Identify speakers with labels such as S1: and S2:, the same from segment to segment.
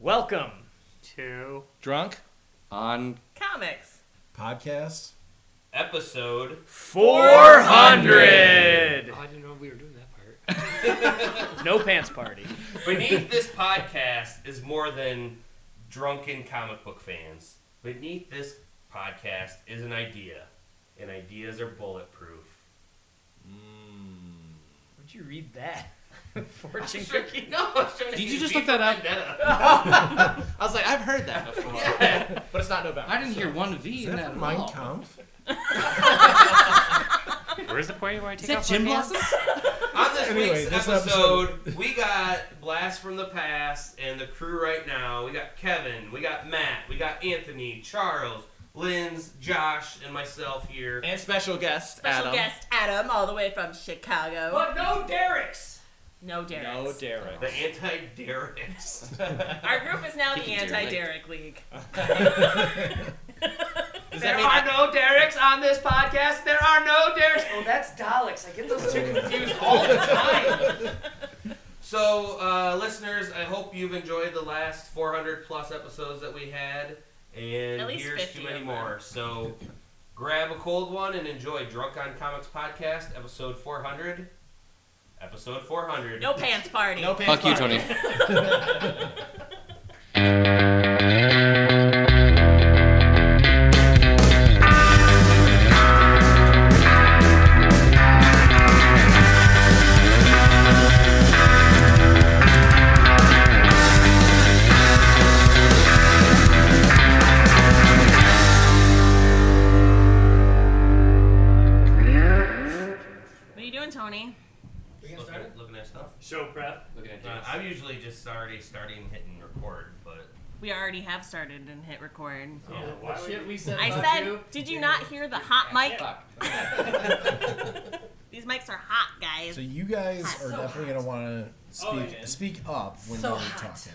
S1: Welcome to
S2: Drunk?
S3: On
S4: Comics.
S5: Podcast.
S3: episode
S1: 400
S6: Oh, I didn't know we were doing that part.
S1: No Pants Party.
S3: Beneath this podcast is more than drunken comic book fans. Beneath this podcast is an idea, and ideas are bulletproof.
S1: Would you read that? Fortune
S3: Sure,
S1: cookie.
S3: no, I was trying to
S2: Did you
S3: get
S2: just
S3: deep
S2: look that up?
S3: in that.
S2: I was like, I've heard that before.
S3: Yeah.
S2: But it's not November.
S6: I didn't hear one V
S5: Is
S6: in
S5: that
S6: that
S5: from
S6: at
S5: Mein
S6: all.
S5: Kampf?
S1: Where's the point where I
S6: Is
S1: take
S6: that
S1: off
S6: gym
S1: my pants?
S6: glasses?
S3: On this
S5: Anyway,
S3: week's
S5: this
S3: episode, we got Blast from the Past and the crew right now. We got Kevin, we got Matt, we got Anthony, Charles, Linz, Josh, and myself here.
S2: And special guest,
S4: Special
S2: Adam.
S4: guest Adam, all the way from Chicago.
S1: But no Derek's.
S4: No Derek.
S2: No, Derek.
S3: The anti-Derek's.
S4: Our group is now the
S2: Derek.
S4: anti-Derek league.
S2: Does
S1: There
S2: that mean
S1: are no Derek's on this podcast. There are no Derek's. Oh, that's Daleks. I get those two confused all the time.
S3: So, uh, listeners, I hope you've enjoyed the last 400 plus episodes that we had, and
S4: At least
S3: here's
S4: 50
S3: too many
S4: of them.
S3: more. So, grab a cold one and enjoy Drunk on Comics podcast, episode 400. Episode 400.
S4: No pants party.
S2: no pants
S6: Fuck you,
S2: party.
S6: Tony.
S4: What are you doing, Tony?
S3: Looking, looking at stuff.
S1: Show prep.
S6: Looking at
S3: Uh, I'm usually just already starting hitting record, but um,
S4: We already have started and hit record.
S3: Yeah,
S1: why would
S6: Shit, we said
S4: I said, did you not hear the hot mic?
S6: Fuck.
S4: These mics are hot, guys.
S5: So you guys
S4: Hot.
S5: are
S4: So
S5: definitely gonna want to speak
S1: Oh, yeah.
S5: speak up when
S4: So
S5: you're
S4: hot.
S5: talking.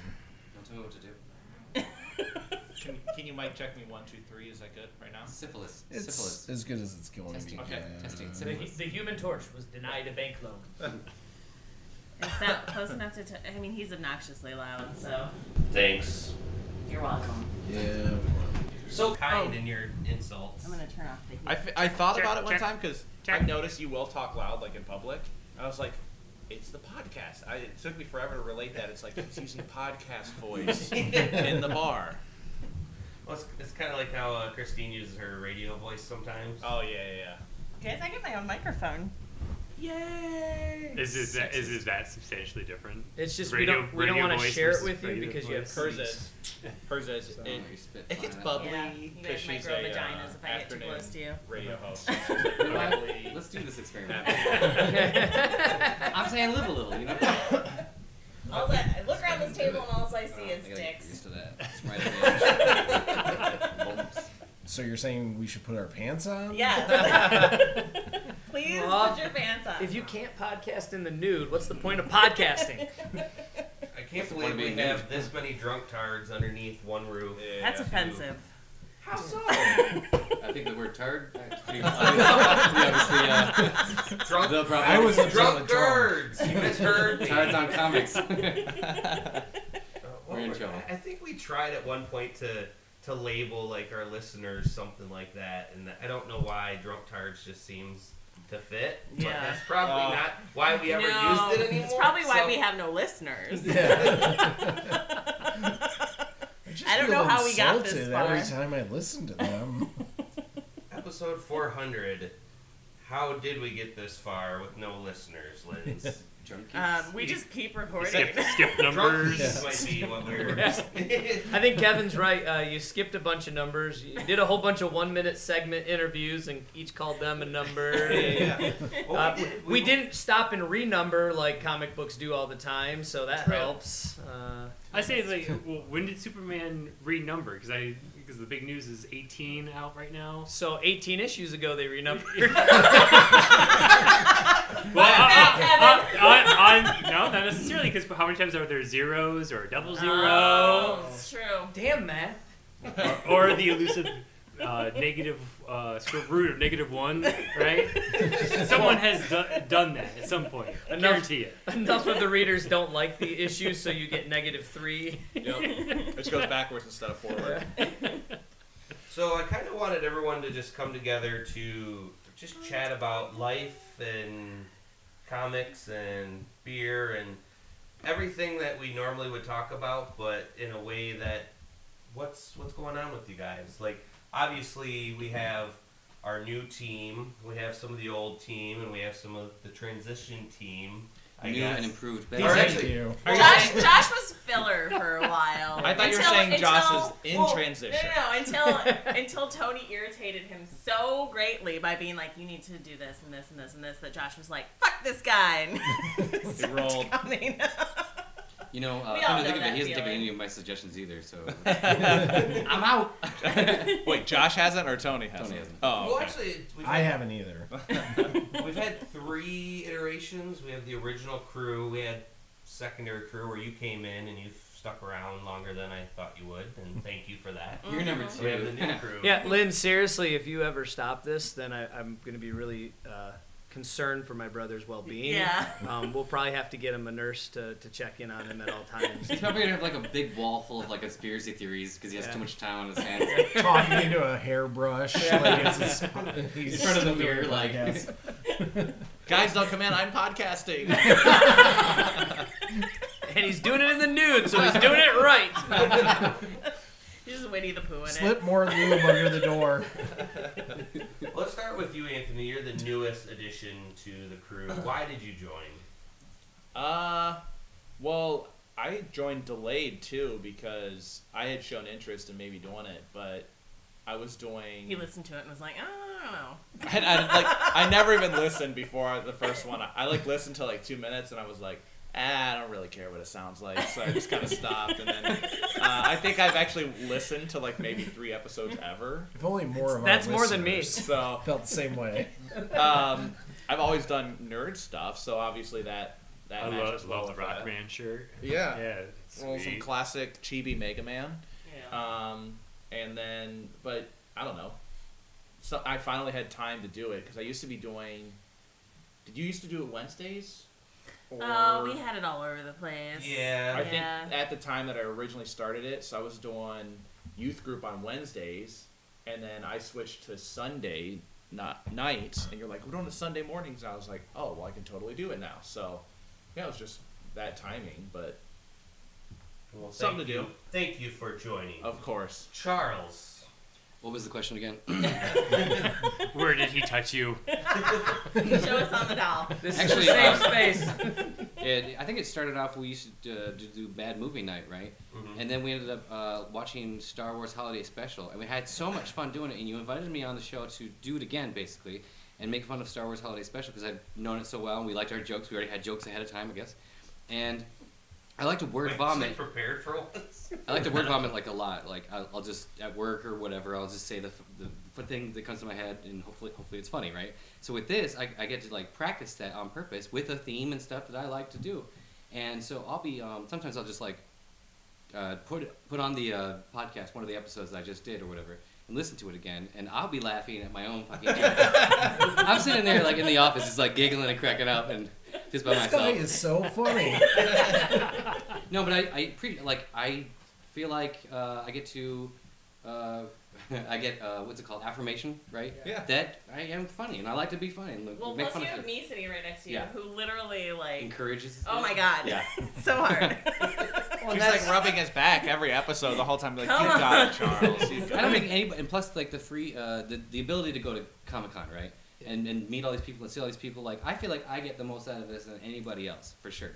S6: Don't tell me what to do.
S2: Can, can you mic check me one, two, three? Is that good right now?
S6: Syphilis.
S5: It's
S6: Syphilis.
S5: as good as it's going
S6: Testing.
S5: to be.
S6: Okay.
S5: guys.
S6: Testing.
S1: The,
S3: Uh,
S6: Syphilis.
S1: the Human Torch was denied a bank loan.
S4: Is that close enough to? T- I mean, he's obnoxiously loud, so
S3: thanks.
S4: you're welcome.
S5: Yeah.
S3: So kind
S4: Oh.
S3: in your insults.
S4: I'm gonna turn off the heat.
S2: I, f- I thought
S1: Check,
S2: about it one
S1: check,
S2: time because
S1: check.
S2: I noticed you will talk loud, like in public. I was like, it's the podcast. I, it took me forever to relate that. It's like it's using podcast voice in the bar.
S3: Well, it's, it's kind of like how uh, Christine uses her radio voice sometimes.
S2: Oh yeah, yeah,
S4: guys, I get my own microphone.
S2: yeah. Yay!
S7: Is it that, is it that substantially different?
S1: It's just
S7: Radio-
S1: we don't we don't
S7: radio
S1: want to
S7: voice
S1: share it
S7: versus
S1: with you
S7: radio
S1: because you have
S7: voice.
S2: Hers is. Hers is.
S6: So,
S2: it-
S6: you spit
S2: if
S6: fine
S2: it's
S6: out.
S2: bubbly,
S4: Yeah, you
S2: because
S4: guys might
S2: she's
S4: grow
S2: a, uh,
S4: vaginas if I get too
S2: acronym
S4: close to you.
S2: radio host. Bubbly.
S6: Let's do this experiment.
S1: That's
S6: I'm saying live a little, you know?
S4: All that, I look around this
S6: Do
S4: table
S6: it.
S4: and all I see
S6: I don't know,
S4: is
S6: I gotta get
S4: dicks.
S6: used to that. It's right away. Bumps.
S5: So you're saying we should put our pants on?
S4: Yes. Please
S1: Well,
S4: put your pants on.
S1: If you can't podcast in the nude, what's the point of podcasting?
S3: I can't
S6: the
S3: believe
S6: point of
S3: we
S6: being
S3: have
S6: nude?
S3: this many drunk tards underneath one roof.
S4: That's
S2: Yeah.
S4: offensive.
S3: How so?
S6: I think the word uh, tard. We obviously, uh,
S3: drunk.
S6: the problem.
S5: I was a
S3: drunk
S5: drunk
S3: nerds. You misheard me.
S6: Tards on comics.
S3: Uh, what
S6: We're in
S3: were-
S6: trouble.
S3: I I think we tried at one point to to label like our listeners something like that, and I don't know why drunk tards just seems to fit. But
S1: Yeah.
S3: that's probably
S2: Uh,
S3: not why we ever
S4: No,
S3: used it anymore.
S4: It's probably why
S3: so-
S4: we have no listeners.
S5: Yeah. just
S4: I don't know
S5: feel
S4: how we got this
S5: insulted
S4: far.
S5: Every time I listen to them.
S3: episode four hundred. How did we get this far with no listeners, Linz?
S6: Drunk
S4: Um,
S6: geeks.
S4: we just keep recording.
S7: Skip, skip
S3: Drunk
S7: numbers.
S3: geeks might be what we were.
S1: I think Kevin's right. Uh, you skipped a bunch of numbers. You did a whole bunch of one minute segment interviews and each called them a number. Uh,
S3: Well,
S1: we, we didn't stop and renumber like comic books do all the time, so that helps. Uh,
S7: I say like, well, when did Superman renumber? Because I because the big news is 18 out right now.
S1: so 18 issues ago, they renumbered.
S7: Well,
S4: back,
S7: uh, uh, uh, uh, no, not necessarily. Because how many times are there zeros or a double zero
S4: Oh, it's true.
S1: Damn, math.
S7: or the elusive uh, negative uh, square root of negative one, right? Someone has do- done that at some point. I
S1: Enough-
S7: guarantee it.
S1: Enough of the readers don't like the issue, so you get negative three.
S2: Yep. Which goes backwards instead of forward.
S3: So I kind of wanted everyone to just come together to just chat about life and comics and beer and everything that we normally would talk about, but in a way that what's what's going on with you guys? Like obviously we have our new team, we have some of the old team, and we have some of the transition team. I
S6: New
S3: guess.
S6: and improved.
S3: All right.
S6: Better.
S5: Thank you.
S3: Are you
S4: Josh,
S3: saying-
S4: Josh was filler for a while.
S2: I thought you were saying Josh is in transition.
S4: No, no, no, until until Tony irritated him so greatly by being like, "You need to do this and this and this and this," that Josh was like, "Fuck this guy." And stopped
S2: rolled.
S4: coming.
S6: You know, uh,
S4: We all
S6: come
S4: know
S6: to think of it,
S4: that
S6: he hasn't taken
S4: feeling.
S6: any of my suggestions either. So
S2: I'm out. Wait, Josh hasn't or Tony hasn't?
S6: Tony hasn't.
S2: Oh,
S3: well,
S2: okay.
S3: actually, we've
S5: I
S3: had-
S5: haven't either.
S3: We've had three iterations. We have the original crew. We had secondary crew where you came in and you stuck around longer than I thought you would, and thank you for that.
S6: you're number two.
S3: We have the new crew.
S1: Yeah, Lynn, seriously, if you ever stop this, then I, I'm going to be really uh, concerned for my brother's well being.
S4: Yeah.
S1: Um, we'll probably have to get him a nurse to, to check in on him at all times.
S6: He's probably gonna have like a big wall full of like conspiracy theories because he has
S1: Yeah.
S6: too much time on his hands.
S5: Talking into a hairbrush. Like it's a sp- he's
S6: In front of
S5: still
S6: the
S5: doing
S6: mirror, like-
S5: podcasts.
S2: guys, don't come in. I'm podcasting.
S1: And he's doing it in the nude, so he's doing it right.
S4: He's just Winnie the Pooh in
S5: Slip more lube under the door.
S3: Let's start with you, Anthony. You're the newest addition to the crew. Why did you join?
S2: Uh, well, I joined delayed too because I had shown interest in maybe doing it, but I was doing.
S4: it. He listened to it and was like, "Oh, I don't know."
S2: I, I, like, I never even listened before the first one. I, I like listened to like two minutes and I was like, ah, I don't really care what it sounds like, so I just kind of stopped. And then uh, I think I've actually listened to like maybe three episodes ever.
S5: If only more of our
S1: That's more than me.
S5: listeners
S2: So
S5: Felt the same way.
S2: um, I've always done nerd stuff, so obviously that that
S7: I
S2: matches
S7: love,
S2: well
S7: love the
S2: with that.
S7: Rockman shirt.
S2: Yeah.
S7: Yeah. it's
S2: Well, some
S7: sweet.
S2: classic chibi Mega Man.
S4: Yeah.
S2: Um, and then, but I don't know. So I finally had time to do it because I used to be doing. Did you used to do it Wednesdays? Or,
S4: Oh, we had it all over the place.
S2: I
S3: Yeah.
S2: think
S4: Yeah.
S2: at the time that I originally started it, so I was doing youth group on Wednesdays, and then I switched to Sunday not nights. And you're like, we're doing the Sunday mornings. And I was like, oh, well, I can totally do it now. So yeah, it was just that timing, but
S3: Well,
S2: Something
S3: thank
S2: to
S3: you.
S2: do. Oh.
S3: Thank you for joining.
S2: of course.
S3: Charles.
S6: What was the question again?
S7: Where did he touch you?
S4: Show us on the doll.
S1: This
S6: Actually,
S1: is the same
S6: uh,
S1: space.
S6: It, I think it started off we used to uh, do- do bad movie night, right?
S3: Mhm.
S6: And then we ended up uh, watching Star Wars Holiday Special, and we had so much fun doing it. And you invited me on the show to do it again, basically, and make fun of Star Wars Holiday Special because I've known it so well, and we liked our jokes. We already had jokes ahead of time, I guess. And I like to word
S3: Wait,
S6: vomit.
S3: so Prepared for once.
S6: I like to word vomit like a lot. Like I'll, I'll just at work or whatever, I'll just say the, f- the f- thing that comes to my head, and hopefully, hopefully it's funny, right? So with this, I, I get to like practice that on purpose with a theme and stuff that I like to do, and so I'll be um, sometimes I'll just like uh, put put on the uh, podcast one of the episodes that I just did or whatever, and listen to it again, and I'll be laughing at my own fucking. I'm sitting there like in the office, just like giggling and cracking up, and just by
S5: This
S6: myself.
S5: guy is so funny.
S6: No, but I, I pre- like I feel like uh, I get to uh, I get uh, what's it called affirmation, right?
S2: Yeah.
S6: That I am funny and I like to be funny and like,
S4: Well,
S6: make
S4: plus
S6: fun
S4: you
S6: of
S4: have
S6: people.
S4: me sitting right next to you,
S6: Yeah.
S4: who literally like,
S6: Encourages.
S4: oh my god,
S6: Yeah.
S4: so hard.
S2: He's like rubbing his back every episode the whole time. Like,
S4: Come
S2: you got it,
S4: on."
S2: Charles. You
S6: I
S2: got
S6: don't
S2: it.
S6: think anybody, and plus like the free, uh, the, the ability to go to Comic Con, right? And, and meet all these people and see all these people. Like I feel like I get the most out of this than anybody else, for sure.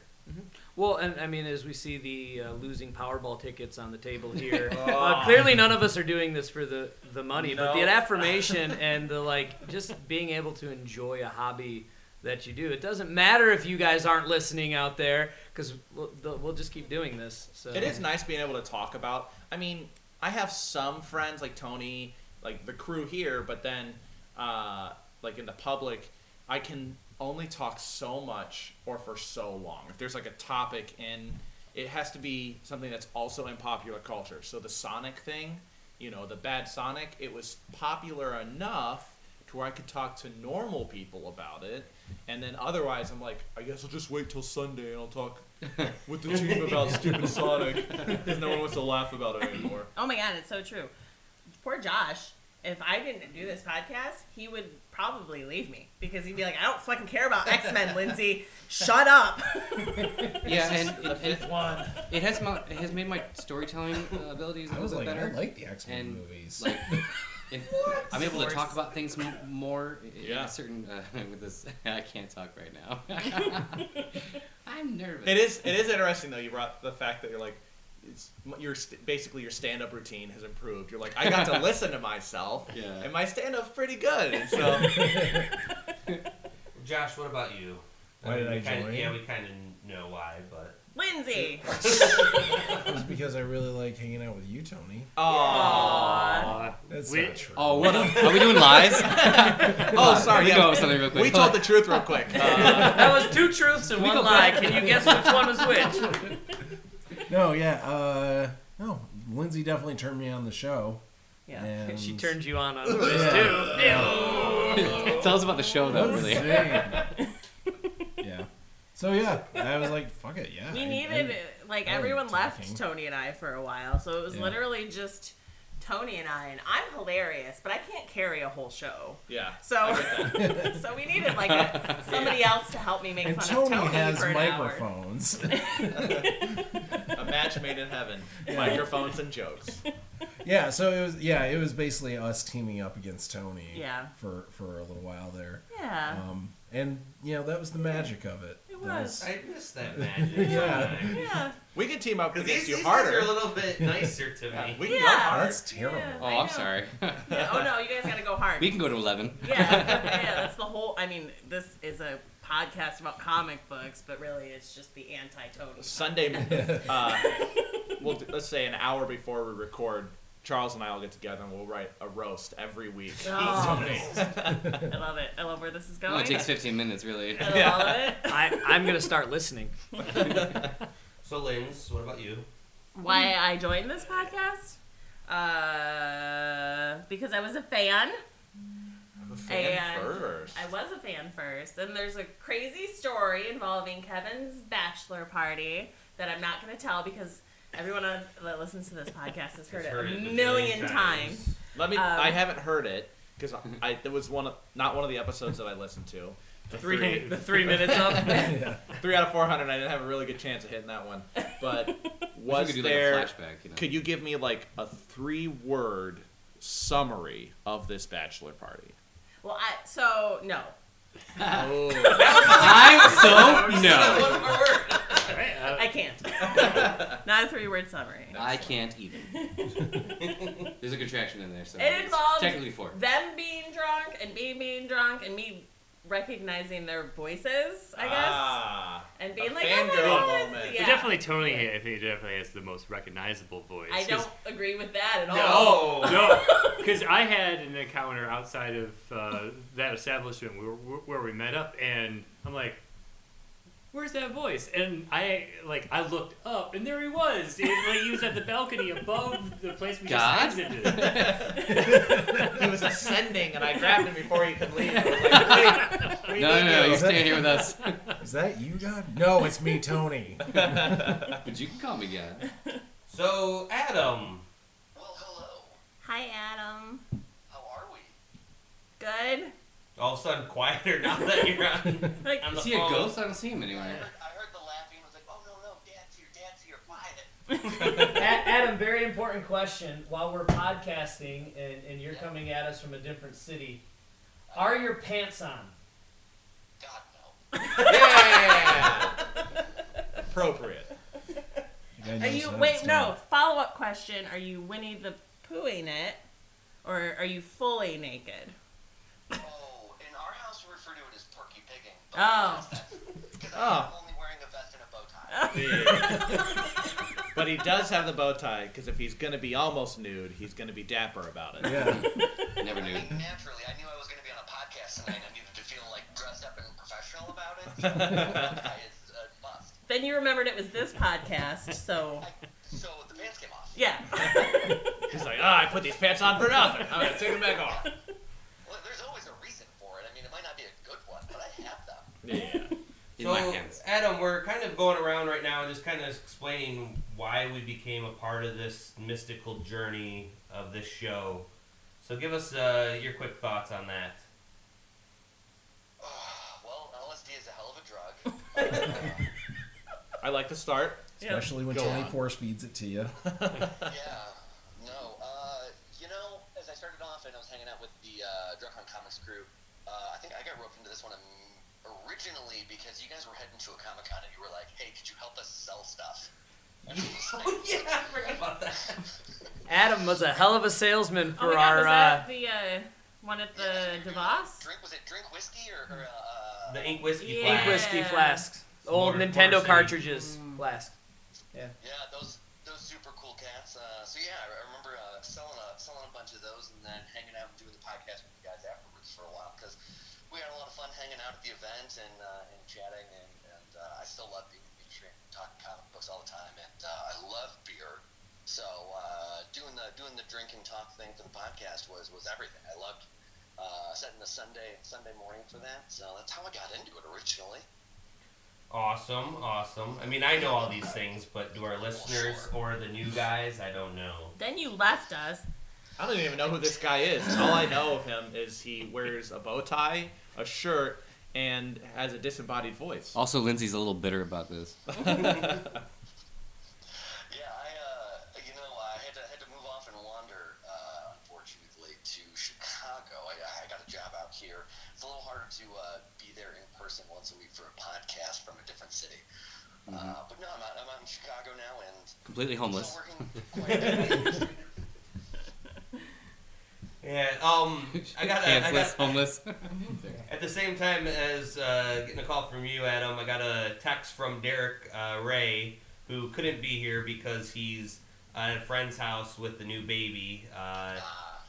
S1: Well, and I mean, as we see the uh, losing Powerball tickets on the table here,
S2: Oh.
S1: uh, clearly none of us are doing this for the the money, but the
S3: No.
S1: affirmation and the like, just being able to enjoy a hobby that you do. It doesn't matter if you guys aren't listening out there, because we'll, the- we'll just keep doing this. So
S2: It is nice being able to talk about. I mean, I have some friends like Tony, like the crew here, but then, uh, like in the public, I can only talk so much or for so long. If there's like a topic in, it has to be something that's also in popular culture. So the Sonic thing you know, the bad Sonic, it was popular enough to where I could talk to normal people about it. And then otherwise, I'm like, I guess I'll just wait till Sunday and I'll talk with the team about stupid Sonic because no one wants to laugh about it anymore.
S4: Oh my god, it's so true. Poor Josh. If I didn't do this podcast, he would probably leave me because he'd be like, "I don't fucking care about X Men, Lindsay. Shut up."
S6: Yeah, and, and, and it has mo- it has made my storytelling uh, abilities a
S5: I
S6: little
S5: was
S6: bit
S5: like,
S6: better.
S5: I like the X Men
S6: and
S5: movies.
S6: like if I'm able to
S4: Force.
S6: talk about things m- more i- in
S2: Yeah.
S6: a certain uh, with this I can't talk right now. I'm nervous.
S2: It is it is interesting though. You brought the fact that you're like, it's your st- basically your stand up routine has improved. You're like, I got to listen to myself,
S6: Yeah.
S2: and my stand up's pretty good. And so
S3: Josh, what about you?
S5: Why did I
S3: kinda,
S5: join?
S3: Yeah, we kind of know why, but
S4: Lindsay.
S5: it was because I really liked hanging out with you, Tony.
S4: Aw.
S5: That's
S7: We-
S5: not true.
S6: Oh, what are we doing lies?
S2: oh sorry,
S6: Let me
S2: yeah,
S6: go over something real quick.
S2: we told the truth real quick. Uh,
S1: that was two truths and one lie. Can you guess which one was which?
S5: No, yeah, uh, no. Lindsay definitely turned me on the show.
S4: Yeah.
S5: And
S1: She turned you on on this
S5: Yeah.
S1: too.
S6: Tell us about the show though,
S5: That's
S6: really.
S5: insane. yeah. So yeah, I was like, fuck it, yeah.
S4: We
S5: I-
S4: needed
S5: I-
S4: like
S5: I like
S4: everyone
S5: talking.
S4: left Tony and I for a while, so it was
S5: Yeah.
S4: literally just Tony and I. And I'm hilarious, but I can't carry a whole show.
S2: yeah.
S4: So, so we needed like
S6: Oh,
S4: a, somebody else to help me make
S5: And
S4: fun
S5: Tony,
S4: of Tony
S5: has
S4: for an hour.
S5: microphones.
S2: A match made in heaven. Microphones and jokes.
S5: yeah, so it was yeah, it was basically us teaming up against Tony
S4: Yeah.
S5: for for a little while there.
S4: Yeah.
S5: Um and you know, that was the magic of it.
S4: It
S5: That
S4: was.
S3: I miss that magic.
S5: Yeah.
S3: sometimes.
S4: yeah.
S2: We can team up
S3: 'Cause
S2: because it's
S3: These,
S2: you
S3: these guys
S2: harder.
S3: are a little bit nicer to me.
S2: we can go
S4: Yeah.
S2: hard.
S5: That's terrible.
S4: Yeah.
S6: Oh,
S4: I know.
S6: I'm sorry.
S4: Yeah. Oh no, you guys gotta go hard.
S6: we can go to eleven.
S4: yeah, yeah, that's the whole. I mean, this is a podcast about comic books, but really, it's just the anti-Tony.
S2: Sunday, uh, we'll do, let's say an hour before we record, Charles and I will get together and we'll write a roast every week.
S4: Oh, I love it. I love where this is
S6: It
S4: going.
S6: only takes 15 minutes, really.
S4: I love it.
S1: I, I'm gonna start listening.
S3: So, Linz, what about you?
S4: Why I joined this podcast? Uh, because I was a fan.
S2: I'm a fan
S4: And
S2: first.
S4: I was a fan first, and there's a crazy story involving Kevin's bachelor party that I'm not going to tell because everyone on, that listens to this podcast has heard,
S3: It's heard it
S4: it a
S3: a
S4: million,
S3: million
S4: times.
S3: times.
S2: Let me.
S4: Um,
S2: I haven't heard it because I it was one of not one of the episodes that I listened to.
S1: Three, the three minutes up.
S5: yeah.
S2: Three out of four hundred. I didn't have a really good chance of hitting that one. But
S6: We
S2: was
S6: could do
S2: there?
S6: like a flashback, you know.
S2: could you give me like a three-word summary of this bachelor party?
S4: Well, I so no.
S2: Oh,
S6: I'm so no.
S3: One more word.
S7: Right, uh,
S4: I can't. Not a three word summary.
S6: I can't even. There's a contraction in there, so
S4: It
S6: it's
S4: involves
S6: technically four.
S4: them being drunk and me being drunk and me recognizing their voices, I guess.
S2: Ah,
S4: and being
S2: a
S4: like, oh my
S2: fangirl
S4: goodness,
S2: moment.
S4: yeah.
S7: Definitely Tony, I think, definitely has the most recognizable voice.
S4: I
S7: 'cause-
S4: don't agree with that at all.
S3: No.
S7: No, because I had an encounter outside of uh, that establishment where, where we met up, and I'm like, "Where's that voice?" And I like I looked up, and there he was. He, like, he was at the balcony above the place we
S6: God?
S7: just exited.
S2: he was ascending, and I grabbed him before he could leave. I was like, "Wait, we
S6: No,
S2: need
S6: no, no,
S2: you."
S6: you stay here with us.
S5: Is that you, God? No, it's me, Tony.
S6: But you can call me God.
S3: So, Adam,
S8: Well, hello.
S4: Hi, Adam.
S8: How are we?
S4: Good.
S3: all of a sudden quieter now that you're on,
S4: Like,
S3: on the
S6: Is he a
S3: phone.
S6: ghost? I don't see him
S8: I
S6: anywhere.
S8: heard, I heard the laughing. I was like, oh, no, no, dad's here, dad's here, quiet.
S1: A- Adam, very important question. While we're podcasting and, and you're coming at us from a different city, are your pants on?
S8: God, no.
S2: Yeah. Appropriate.
S4: are you? Wait, no. Follow up question: Are you Winnie the Poohing it, or are you fully naked?
S8: Oh, in our house, we refer to it as perky pigging.
S4: Oh.
S8: Because
S2: Oh.
S8: I'm only wearing a vest and a bow tie.
S2: but he does have the bow tie because if he's gonna be almost nude, he's gonna be dapper about it.
S5: Yeah.
S6: Never
S8: I
S6: knew.
S8: mean, naturally, I knew I was going to be on a podcast tonight. I needed to feel, like, dressed up and professional about it. So the
S2: Ah,
S8: bow tie is a must.
S4: Then you remembered it was this podcast, so
S8: I, so the pants came off.
S4: yeah.
S2: He's like, ah, I put these pants on for nothing. I'm gonna take them back off.
S8: Well, there's always a reason for it. I mean, it might not be a good one, but I have them.
S2: Yeah.
S6: in
S3: so,
S6: my hands.
S3: Adam, we're kind of going around right now and just kind of explaining why we became a part of this mystical journey of this show. So, give us uh, your quick thoughts on that.
S8: well, LSD is a hell of a drug.
S2: I like to start.
S5: Especially when
S2: Go
S5: Tony
S2: on.
S5: force feeds it to you.
S8: yeah. No. Uh, you know, as I started off and I was hanging out with the uh, Drunk on Comics crew, uh, I think I got roped into this one um, originally because you guys were heading to a Comic Con and you were like, "Hey, could you help us sell stuff?" And I was
S4: Oh,
S8: like,
S3: Oh, yeah, I forgot about that.
S1: Adam was a hell of a salesman
S4: Oh
S1: for
S4: my God,
S1: our.
S4: was
S1: uh,
S4: that the uh, one at
S8: "Yeah,
S4: the
S8: drink-
S4: DeVos?
S8: Drink was it drink whiskey or, or uh,
S3: The ink whiskey
S4: Yeah.
S3: flask.
S1: ink whiskey
S4: Yeah.
S1: flasks, old
S3: Water-
S1: Nintendo
S3: water city.
S1: cartridges flasks.
S8: Yeah, those those super cool cats. Uh, so yeah, I I remember uh, selling a selling a bunch of those and then hanging out and doing the podcast with you guys afterwards for a while because we had a lot of fun hanging out at the event and uh, and chatting and, and uh, I still love being in the industry and talking comic books all the time and uh, I love beer. So uh, doing the doing the drink and talk thing for the podcast was was everything. I loved uh, setting the Sunday Sunday morning for that. So that's how I got into it originally.
S3: Awesome, awesome. I mean, I know all these things, but do our listeners or the new guys, I don't know.
S4: Then you left us.
S2: I don't even know who this guy is. All I know of him is he wears a bow tie, a shirt, and has a disembodied voice.
S6: Also, Lindsay's a little bitter about this.
S8: Yeah, I, uh, you know, I had to had to move off and wander, uh, unfortunately, to Chicago. I, I got a job out here. It's a little harder to uh, be there in person once a week for a podcast from a different city. Uh, but no, I'm out, I'm out in Chicago now and
S6: Completely homeless.
S8: still working quite a bit.
S3: Yeah, um, I got, a, I got
S6: Pantsless, homeless.
S3: at the same time as uh, getting a call from you, Adam. I got a text from Derek uh, Ray, who couldn't be here because he's at a friend's house with the new baby. Uh,
S8: Ah,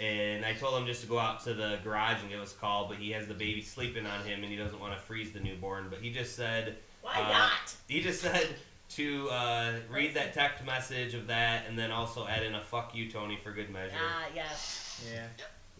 S3: and I told him just to go out to the garage and give us a call, but he has the baby sleeping on him and he doesn't want to freeze the newborn. But he just said,
S4: Why
S3: Uh,
S4: not?
S3: He just said to uh, read that text message of that and then also add in a fuck you, Tony, for good measure.
S4: Ah, yes.
S5: Yeah.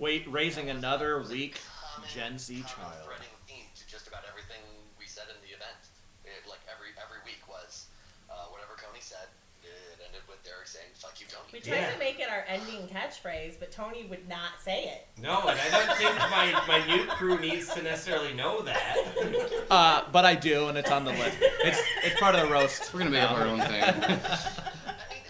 S2: Wait, raising another weak
S8: common-
S2: Gen Z
S8: common
S2: child.
S8: threading theme to just about everything we said in the event. It, like every every week was uh, whatever Coney said. It ended with Derek saying "fuck you, Coney."
S4: We tried
S3: Yeah.
S4: to make it our ending catchphrase, but Tony would not say it.
S3: No, and I don't think my, my new crew needs to necessarily know that.
S2: Uh, but I do, and it's on the list. It's it's part of the roast.
S6: We're gonna make up our own thing.
S8: I mean,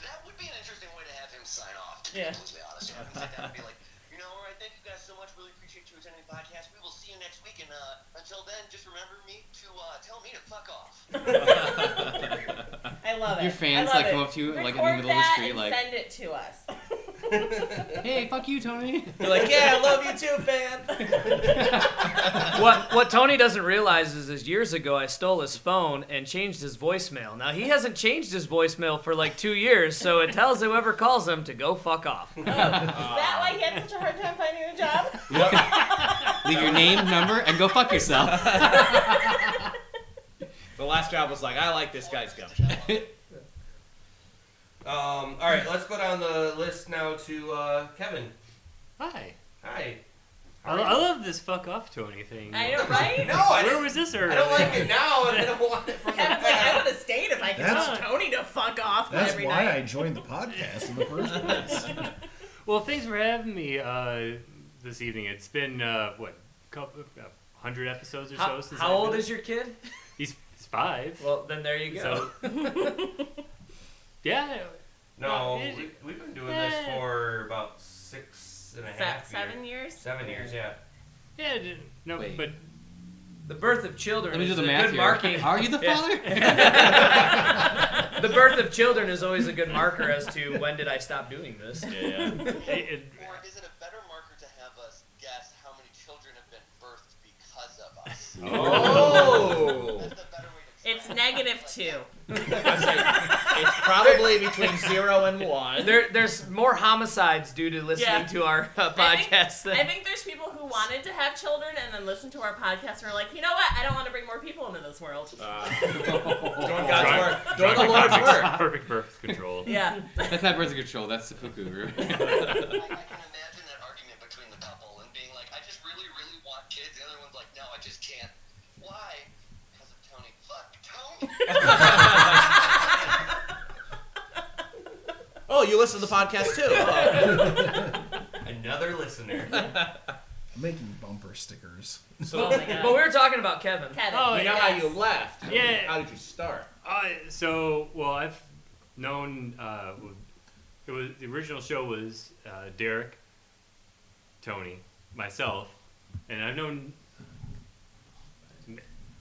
S8: that would be an interesting way to have him sign off, to be
S4: Yeah.
S8: completely honest. I would say that would be like, you know, all right, thank you guys so much. Really appreciate you attending the podcast. We will see you next week. And uh, until then, just remember me to uh, tell me to fuck off.
S4: I love it.
S6: Your fans,
S4: I love
S6: like,
S4: it.
S6: come up to you, like, in the
S4: Record
S6: middle of the
S4: that
S6: street,
S4: and
S6: like-
S4: send it to us.
S6: hey, fuck you, Tony.
S2: You're like, yeah, I love you too.
S1: what what Tony doesn't realize is, is years ago I stole his phone and changed his voicemail. Now he hasn't changed his voicemail for like two years, so it tells whoever calls him to go fuck off.
S4: Is that why he had such a hard time finding a job?
S6: Leave your name, number, and go fuck yourself.
S2: The last job was like, I like this guy's gum.
S3: Um, all right, let's go down the list now to uh, Kevin.
S7: Hi.
S3: Hi.
S7: I, I love this fuck off Tony thing.
S4: I know, right?
S3: No, I
S7: Where
S3: don't,
S7: was this
S3: I
S7: earlier?
S3: don't like it now, and I don't want it from the
S4: Kevin's like, I
S3: back.
S4: would have stayed if I could
S5: That's-
S4: tell Tony to fuck off
S5: That's
S4: every
S5: why
S4: night.
S5: I joined the podcast in the first place.
S7: Well, thanks for having me uh, this evening. It's been uh, what, couple, uh, hundred episodes or
S1: How,
S7: so since.
S1: how old is your kid?
S7: He's, he's five.
S1: Well, then there you go.
S7: so. yeah.
S3: No, we, we've been doing this for about six and a
S4: Se-
S3: half years.
S4: seven years?
S3: Seven years, yeah.
S7: Yeah. d- No,
S6: Wait.
S7: but
S1: the birth of children.
S6: Let me do
S1: is
S6: the
S1: a
S6: math
S1: good
S6: here.
S1: marking.
S6: Are you the
S1: Yeah.
S6: father?
S1: The birth of children is always a good marker as to when did I stop doing this.
S7: it- it-
S8: Or is it a better marker to have us guess how many children have been birthed because of us?
S6: Oh.
S2: Oh.
S8: That's the better way to
S4: It's negative two.
S2: I'm saying it's probably between zero and one.
S1: There, there's more homicides due to listening
S4: Yeah.
S1: to our uh,
S4: I think-
S1: podcast. than-
S4: I think there's people who wanted to have children and then listened to our podcast and were like, you know what? I don't want to bring more people into this world.
S2: Uh,
S6: that's
S2: doing God's
S7: Right.
S2: work, doing the Lord's work.
S7: Perfect birth control.
S4: Yeah.
S6: not birth control. That's seppuku. right?
S8: I, I can imagine that argument between the couple and being like, I just really, really want kids. The other one's like, no, I just can't. Why? Because of Tony. Fuck Tony.
S2: Oh, you listen to the podcast too. Oh.
S3: Another listener.
S5: I'm making bumper stickers.
S2: So
S4: Oh my God.
S1: but we were talking about Kevin.
S4: Kevin.
S7: Oh,
S2: you know how you left.
S7: Yeah.
S2: How did you start?
S7: Uh, so, well, I've known. Uh, it was the original show was uh, Derek, Tony, myself, and I've known.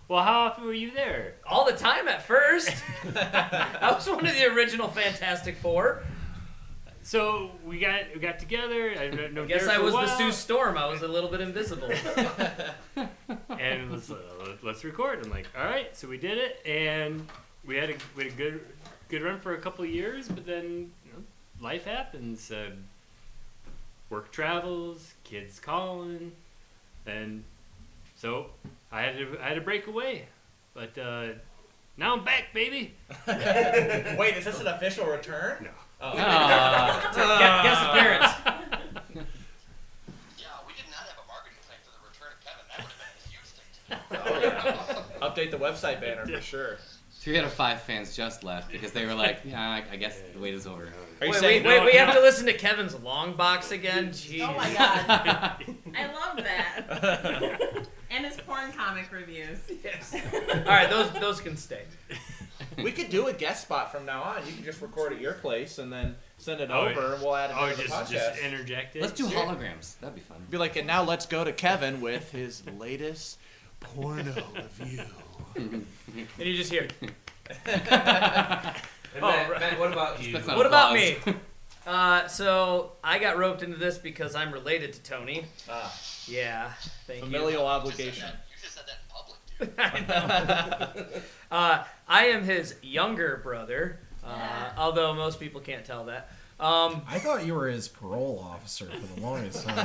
S7: Well, how often were you there?
S1: All the time at first. I was one of the original Fantastic Four.
S7: So we got we got together. I kn- known
S1: I guess I
S7: Derek for a
S1: was the
S7: while,
S1: Sue Storm. I was a little bit invisible.
S7: and was, uh, let's record. I'm like, all right. So we did it, and we had a, we had a good good run for a couple of years, but then you know, life happens. Uh, work travels, kids calling, and so I had to I had to break away. But uh, now I'm back, baby.
S2: Wait, is this an official return?
S7: No.
S2: Oh.
S6: Ah.
S1: Gu- Guest appearance.
S8: yeah, we did not have a marketing plan for the return of Kevin. That would have been a huge thing to do.
S2: Oh, yeah. Update the website banner for sure.
S6: Three out of five fans just left because they were like, "Yeah, I, I guess the wait is over."
S2: Are you
S1: Wait,
S2: saying
S1: wait, wait,
S7: no,
S1: we
S7: no.
S1: have to listen to Kevin's long box again. Jeez.
S4: Oh my god.
S7: Oh,
S4: I love that. And his porn comic reviews.
S1: All right, those those can stay.
S2: we could do a guest spot from now on? You can just record at your place and then send it
S7: Oh,
S2: over, and we'll add it
S7: Oh,
S2: to the
S7: just
S2: podcast.
S7: just interjected.
S6: Let's do holograms. That'd be fun.
S2: Be like, and now let's go to Kevin with his latest porno review.
S1: And you just hear.
S3: And
S1: Oh,
S3: Matt,
S1: right.
S3: Matt, what about you?
S6: That's not
S1: What about me?
S6: applause.
S1: Uh, so I got roped into this because I'm related to Tony.
S2: Ah,
S1: Yeah, thank you.
S2: familial
S8: You just said
S2: obligation.
S8: that- You just said that in public, dude.
S1: Uh, I am his younger brother, uh, although most people can't tell that. Um,
S5: I thought you were his parole officer for the longest time.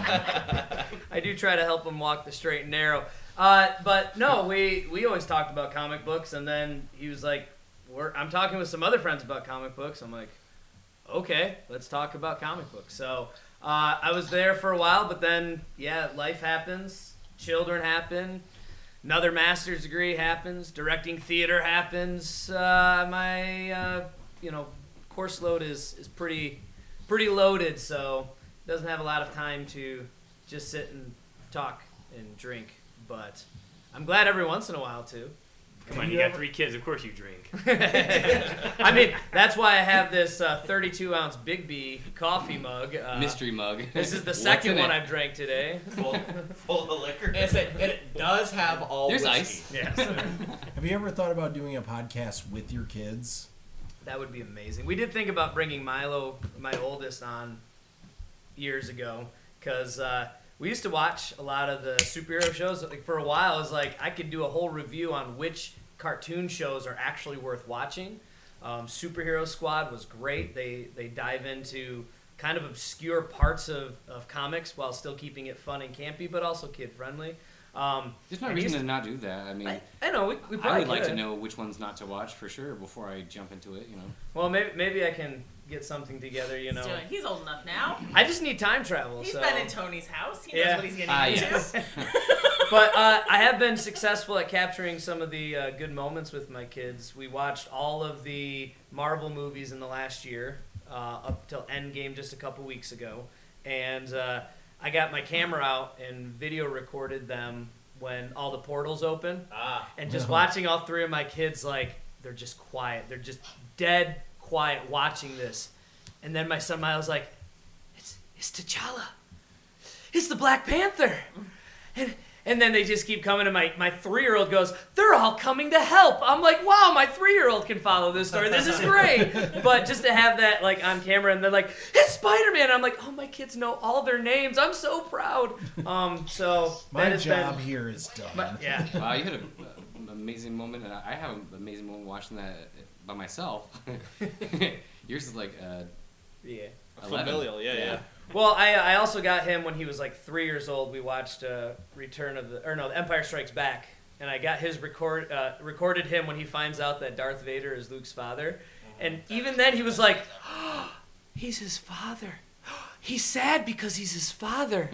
S1: I do try to help him walk the straight and narrow. Uh, but no, we, we always talked about comic books, and then he was like, We're, I'm talking with some other friends about comic books. I'm like, okay, let's talk about comic books. So uh, I was there for a while, but then, yeah, life happens, children happen, another master's degree happens, directing theater happens. Uh, my, uh, you know, course load is, is pretty, pretty loaded, so doesn't have a lot of time to just sit and talk and drink, but I'm glad every once in a while too.
S7: Come on, you got three kids. Of course you drink.
S1: I mean, that's why I have this uh, 32 ounce Big B coffee mug. Uh,
S6: Mystery mug.
S1: This is the
S6: What's
S1: second
S6: in
S1: one
S6: it?
S1: I've drank today.
S3: full, full of liquor.
S2: It's a- and it does have all
S6: There's
S2: whiskey.
S6: ice.
S1: Yes,
S5: Have you ever thought about doing a podcast with your kids?
S1: that would be amazing. We did think about bringing Milo, my oldest, on years ago because uh, we used to watch a lot of the superhero shows. Like for a while, it was like I could do a whole review on which cartoon shows are actually worth watching. Um, Superhero Squad was great. They they dive into kind of obscure parts of, of comics while still keeping it fun and campy, but also kid friendly. Um,
S6: There's no
S1: and
S6: reason
S1: he's-
S6: to not do that. I mean,
S1: I, I know we, we probably
S6: I would like
S1: could.
S6: to know which ones not to watch for sure before I jump into it. You know.
S1: Well, maybe maybe I can get something together. You
S4: He's
S1: know,
S4: doing- He's old enough now.
S1: I just need time travel.
S4: He's
S1: so.
S4: been in Tony's house. He
S1: Yeah.
S4: knows what he's getting
S6: Ah,
S4: into.
S6: yes.
S1: but uh, I have been successful at capturing some of the uh, good moments with my kids. We watched all of the Marvel movies in the last year, uh, up till Endgame just a couple weeks ago, and uh, I got my camera out and video recorded them when all the portals open,
S2: Ah,
S1: and just
S5: No.
S1: watching all three of my kids like they're just quiet, they're just dead quiet watching this, and then my son Miles like, it's it's T'Challa, it's the Black Panther. And then they just keep coming to my my three year old goes, They're all coming to help. I'm like, wow, my three year old can follow this story. This is great. but just to have that like on camera and they're like, It's Spider Man. I'm like, Oh my kids know all their names. I'm so proud. Um so
S5: My
S1: that has
S5: job
S1: been
S5: here is done.
S1: yeah.
S6: Wow, you had a, a amazing moment, and I I have an amazing moment watching that by myself. Yours is like uh,
S1: Yeah.
S6: 11.
S2: Familial, yeah, yeah.
S1: Well, I, I also got him when he was like three years old. We watched uh, Return of the or no, The Empire Strikes Back, and I got his record uh, recorded him when he finds out that Darth Vader is Luke's father, and even then he was like, "He's his father." He's sad because he's his father.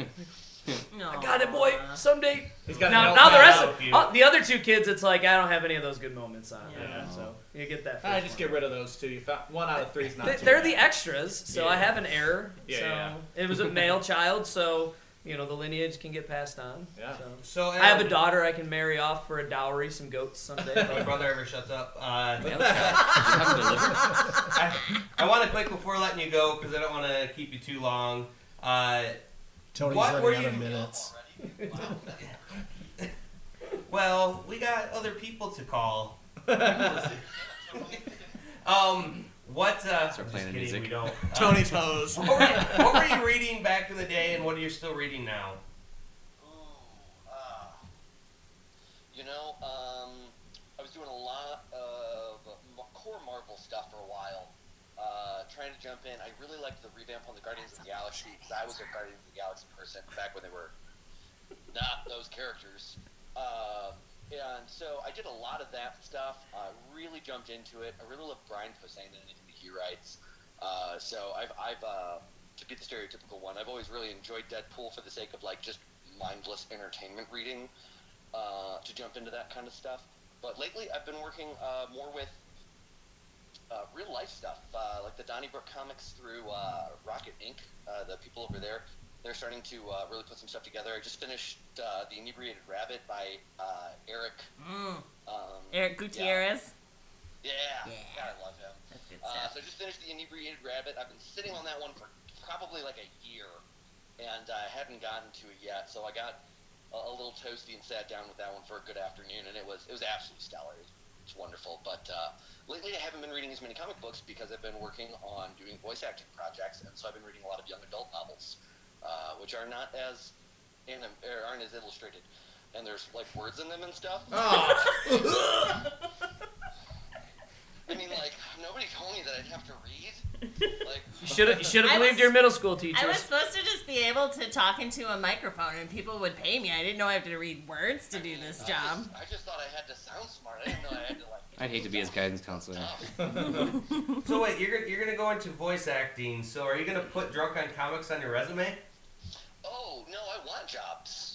S4: No.
S1: I got it, boy. Someday.
S3: He's got
S1: Now,
S3: no
S1: now the
S3: doubt
S1: rest
S3: about
S1: of
S3: you.
S1: uh, the other two kids, it's like I don't have any of those good moments on.
S4: Yeah.
S1: Yeah. So you get that.
S2: I
S1: first
S2: just
S1: one.
S2: get rid of those two. You found one out of three is not.
S1: They-
S2: too
S1: They're
S2: bad.
S1: the extras, so I
S2: Yeah.
S1: have an error.
S2: Yeah,
S1: so
S2: yeah,
S1: it was a male child, so you know the lineage can get passed on.
S2: Yeah.
S1: So.
S3: So
S1: I have a daughter I can marry off for a dowry, some goats
S3: My
S1: someday.
S3: brother ever shuts up. Uh,
S6: Mail shot. Did you have it delivered?
S3: I, I want to quick before letting you go because I don't want to keep you too long. Uh,
S5: Tony's
S3: What were
S5: running out
S3: you-
S5: of minutes.
S8: Already? Wow.
S3: well, we got other people to call. um, what? Uh,
S6: Start
S3: I'm just
S6: playing the
S3: kidding,
S6: music.
S3: We don't. Uh,
S2: Tony Toes.
S3: what, were you, what were you reading back in the day, and what are you still reading now?
S8: Ooh, ah. You know, um, I was doing a lot of m- core Marvel stuff for a while. Uh, trying to jump in. I really liked the revamp on the Guardians of the Galaxy because I was a Guardians of the Galaxy person back when they were not those characters. Um and so I did a lot of that stuff. I really jumped into it. I really love Brian Posehn and anything that he writes. Uh, so I've, I've uh, to be the stereotypical one, I've always really enjoyed Deadpool for the sake of like just mindless entertainment reading uh, to jump into that kind of stuff. But lately, I've been working uh, more with uh, real life stuff, uh, like the Donnybrook comics through uh, Rocket Inc. Uh, the people over there, they're starting to uh, really put some stuff together. I just finished uh, the Inebriated Rabbit by uh, Eric.
S4: Mm.
S8: Um,
S4: Eric Gutierrez.
S8: Yeah, yeah,
S4: Yeah.
S8: God, I love him.
S4: That's good
S8: Uh,
S4: stuff.
S8: so I just finished the inebriated rabbit. I've been sitting on that one for probably like a year, and I hadn't gotten to it yet. So I got a, a little toasty and sat down with that one for a good afternoon, and it was it was absolutely stellar. It's wonderful. But uh, lately, I haven't been reading as many comic books because I've been working on doing voice acting projects, and so I've been reading a lot of young adult novels, uh, which are not as anim- or aren't as illustrated. And there's like words in them and stuff. I mean, like nobody told me that I'd have to read. Like
S1: you should have you should
S4: I
S1: have believed
S4: was-
S1: your middle school
S4: I was
S1: teachers.
S4: supposed to just be able to talk into a microphone and people would pay me. I didn't know I had to read words to
S8: I
S4: do
S8: mean,
S4: this
S8: I
S4: job.
S8: Just, I just thought I had to sound smart. I didn't know I had to like.
S6: I'd hate to be his guidance counselor.
S3: So wait, you're gonna- you're gonna go into voice acting. So are you gonna put drunk on comics on your resume?
S8: Oh no, I want jobs.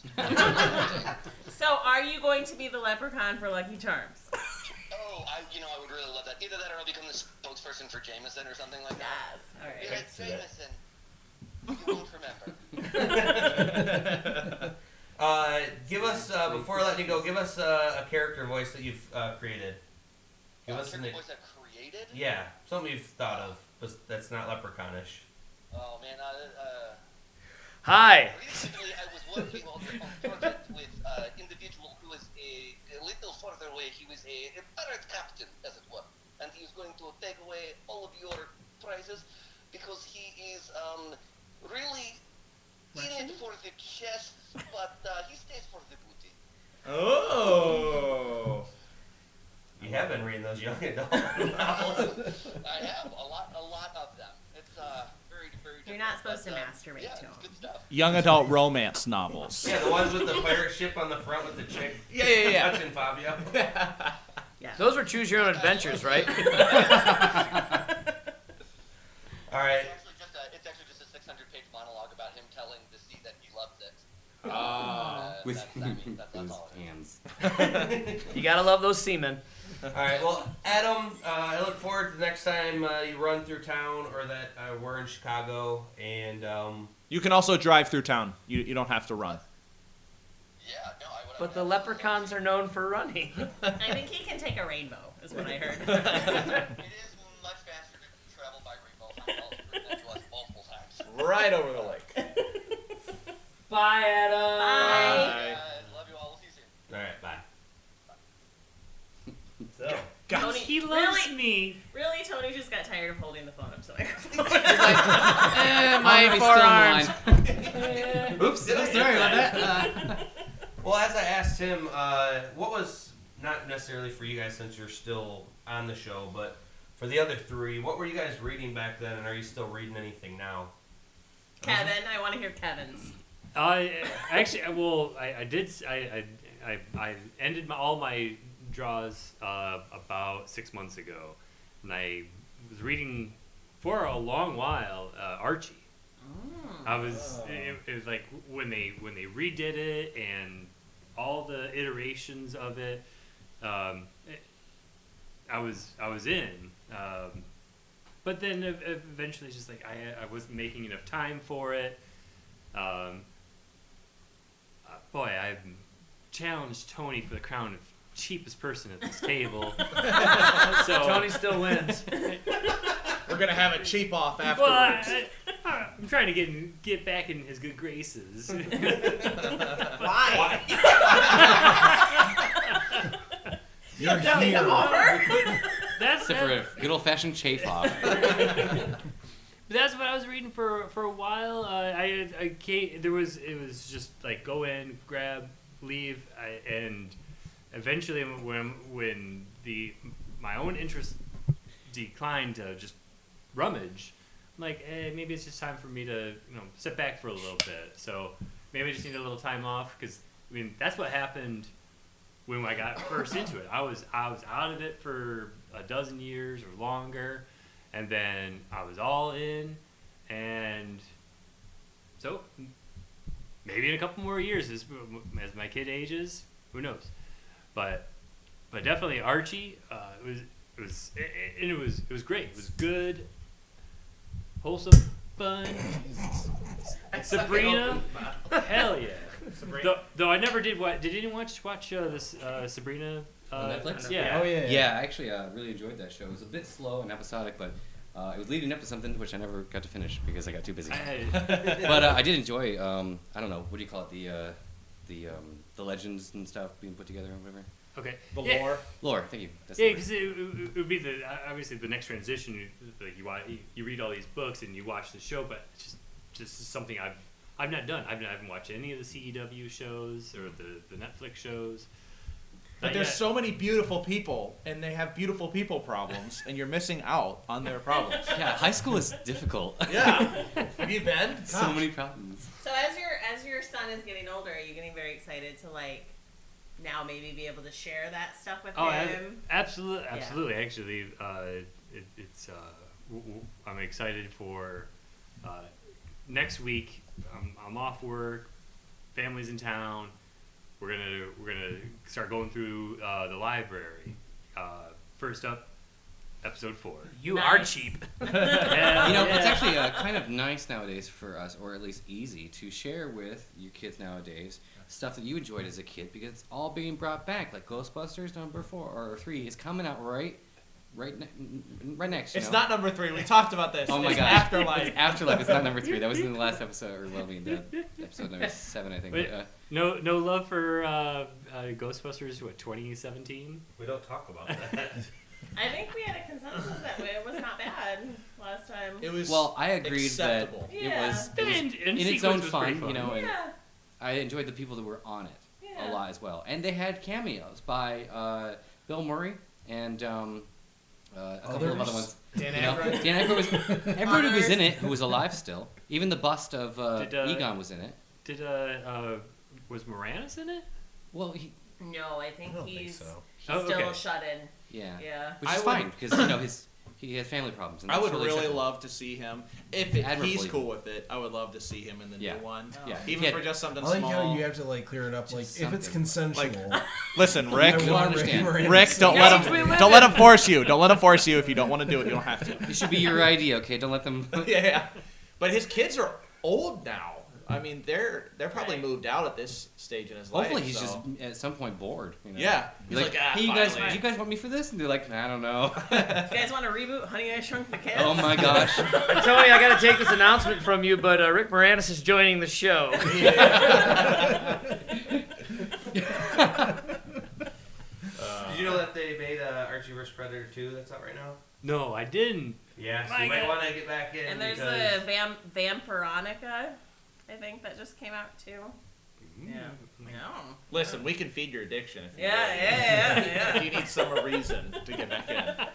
S4: So, are you going to be the leprechaun for Lucky Charms?
S8: Oh, I you know I would really love that. Either that or I'll become the spokesperson for Jameson or something like
S4: yes. All
S8: that. Yeah,
S4: right.
S8: it's Jameson. You won't remember.
S3: Uh, give us uh, before I let you go. Give us uh, a character voice that you've uh, created. Give
S8: Uh,
S3: us an
S8: Trick Boys I've created.
S3: yeah, something you've thought of, but that's not leprechaunish.
S8: Oh man, uh, uh,
S1: Hi.
S8: recently I was working on, on a project with uh, individual who was a, a little further away. He was a, a pirate captain, as it were, and he was going to take away all of your prizes because he is um, really in it for the chest, but uh, he stays for the booty.
S2: Oh.
S3: You have been reading those young adult novels.
S8: I have a lot, a lot of them. It's uh, very, very.
S4: You're not
S8: different,
S4: supposed to
S8: but, uh,
S4: masturbate
S8: yeah,
S4: to
S8: it's
S4: 'em.
S8: good stuff.
S2: Young adult romance novels.
S3: yeah, the ones with the pirate ship on the front with the chick
S2: Yeah, yeah,
S3: touching Fabio.
S1: Those were choose your own adventures, right?
S3: All right.
S8: It's actually just a, it's actually just a 600-page monologue about him telling the sea that he loves it.
S2: Ah.
S8: Uh,
S6: With
S8: that's, I mean, that's, that's
S6: his
S8: all. it is.
S6: hands.
S1: You gotta love those seamen.
S3: All right. Well, Adam, uh, I look forward to the next time uh, you run through town or that uh, we're in Chicago. And um,
S2: You can also drive through town. You, you don't have to run.
S8: Yeah, no, I would.
S1: But the leprechauns are known for running.
S4: I think he can take a rainbow, is what I heard.
S8: It is much faster to travel by rainbow. I've proven that to us multiple times.
S2: Right over the lake.
S1: Bye, Adam.
S4: Bye.
S8: Uh, love you all. We'll see you soon.
S3: all right, bye. So.
S4: Tony,
S7: He loves
S4: really,
S7: me.
S4: really, Tony just got tired of holding the phone up to my
S6: Eh,
S1: my
S6: still
S1: forearm.
S6: mine.
S3: Oops,
S6: Sorry about that. Uh,
S3: Well, as I asked him, uh, what was not necessarily for you guys since you're still on the show, but for the other three, what were you guys reading back then, and are you still reading anything now?
S4: Kevin, I want to hear Kevin's.
S7: I actually, well, I, I did. s- I, I- I- I ended my, all my draws uh, about six months ago, and I was reading for a long while uh, Archie. I was. It, it was like when they when they redid it and all the iterations of it. Um, it- I was I was in. Um, but then ev- ev- eventually, it's just like I, I wasn't making enough time for it. Um, uh, boy, I challenged Tony for the crown of cheapest person at this table. so
S1: Tony still wins.
S2: We're gonna have a cheap off
S7: well,
S2: afterwards.
S7: I, am trying to get in- get back in his good graces.
S4: Why?
S5: You're
S4: Don't
S5: here.
S4: come over.
S7: That's
S6: Except
S7: that,
S6: for a good old fashioned chafe off.
S7: But that's what I was reading for for a while. Uh, I I can't, there was it was just like go in, grab, leave, I, and eventually when when the my own interest declined to just rummage, I'm like eh, maybe it's just time for me to you know sit back for a little bit. So maybe I just need a little time off because I mean that's what happened when I got first into it. I was I was out of it for a dozen years or longer, and then I was all in, and so maybe in a couple more years as as my kid ages, who knows? But but definitely Archie uh, it was it was it, it, and it was it was great. It was good, wholesome, fun. Sabrina, hell yeah. Though, though I never did what did anyone watch watch uh, this uh, Sabrina uh,
S6: On Netflix?
S7: Yeah.
S5: Oh yeah.
S6: Yeah, I actually uh, really enjoyed that show. It was a bit slow and episodic, but uh, it was leading up to something which I never got to finish because I got too busy.
S7: I-
S6: but uh, I did enjoy. Um, I don't know what do you call it the uh, the um, the legends and stuff being put together or whatever.
S7: okay.
S2: the
S7: yeah.
S2: lore.
S6: Lore, thank you. That's the
S7: Yeah,
S6: word.
S7: because it, it it would be the obviously the next transition. You, like you, wa- you read all these books and you watch the show, but it's just just something I've I've not done. I've not, I haven't watched any of the CEW shows or the, the Netflix shows.
S2: But
S7: Not
S2: there's
S7: yet.
S2: so many beautiful people, and they have beautiful people problems, and you're missing out on their problems.
S6: yeah, high school is difficult.
S2: yeah. Have you been?
S6: so many problems.
S4: So as your as your son is getting older, are you getting very excited to like now maybe be able to share that stuff with
S7: Oh,
S4: him?
S7: absolutely, absolutely. Actually, uh, it, it's uh, w- w- I'm excited for uh, next week. I'm, I'm off work. Family's in town. We're gonna we're gonna start going through uh, the library. Uh, first up, episode four.
S1: You
S4: Nice.
S1: are cheap.
S6: You know, it's
S7: Yeah.
S6: actually uh, kind of nice nowadays for us, or at least easy, to share with your kids nowadays stuff that you enjoyed as a kid because it's all being brought back. Like Ghostbusters number four or three is coming out right, right, ne- n- n- right next. you
S2: It's
S6: know?
S2: not number three. We talked about this.
S6: Oh my
S2: It's
S6: gosh.
S2: Afterlife.
S6: It's Afterlife. It's not number three. That was in the last episode, or well, being dead. Episode number seven, I think.
S7: Wait.
S6: But, uh,
S7: No no love for uh, uh, Ghostbusters. What 2017?
S3: We don't talk about that.
S4: I think we had a consensus that way. it was not bad last time.
S2: It was
S6: well, I agreed
S2: acceptable.
S6: that
S4: Yeah.
S6: it was, it was
S7: And,
S6: in
S7: and
S6: its
S7: sequence
S6: own
S7: was pretty
S6: fun, you know. And
S4: yeah.
S6: I enjoyed the people that were on it.
S4: Yeah.
S6: a lot as well. And they had cameos by uh, Bill Murray and um, uh, a couple of
S5: Others?
S6: other ones.
S2: Dan
S6: You know,
S2: Aykroyd.
S6: Dan Aykroyd was everybody who was
S4: Others?
S6: in it who was alive still. Even the bust of uh,
S7: Did, uh,
S6: Egon was in it.
S7: Did uh, uh was Moranis in it?
S6: Well, he,
S4: No, I
S5: I
S4: think
S5: don't think
S4: he's
S5: so.
S4: he's
S7: Oh,
S4: still
S7: okay.
S4: shut in.
S6: yeah,
S4: Yeah.
S6: which
S2: I would-
S6: is fine because you know his he had family problems. And
S2: I
S6: that's
S2: would really
S6: acceptable.
S2: love to see him. If it,
S6: Admirably.
S2: he's cool with it, I would love to see him in the
S6: Yeah.
S2: new one.
S6: Yeah, he
S2: Even
S6: had-
S2: for just
S5: I
S2: something
S5: like
S2: small.
S5: how you have to like clear it up. Like if it's
S6: something.
S5: consensual,
S2: Listen,
S5: I
S2: Rick.
S5: want
S6: You
S5: Ray
S6: understand.
S5: Moranis.
S2: Rick, don't
S1: Yeah,
S2: let
S1: which we
S2: him.
S1: live
S2: Don't let him force you. Don't let him force you. If you don't want to do it, you don't have to.
S6: It should be your idea, okay? Don't let them.
S2: yeah. But his kids are old now. I mean, they're they're probably
S4: Right.
S2: moved out at this stage in his life.
S6: Hopefully, he's
S2: so-
S6: just at some point bored. You know?
S2: yeah.
S6: He's like,
S2: "Ah,
S6: hey, you guys,
S2: finally."
S6: do you guys want me for this? And they're like, I don't know.
S4: You guys want to reboot Honey I Shrunk the Kids?
S6: oh my gosh.
S1: Tony, I gotta take this announcement from you, but uh, Rick Moranis is joining the show.
S3: Did you know that they made uh, Archie vs Predator 2 that's out right now?
S7: No, I didn't.
S3: Yeah, so
S7: My
S3: you might
S7: God.
S3: want to get back in
S4: And there's
S3: because
S4: a Vam- Vampironica, I think that just came out too. Yeah. No.
S2: Listen, we can feed your addiction if you
S4: Yeah,
S2: really-
S4: yeah, yeah, yeah.
S2: if you need some reason to get back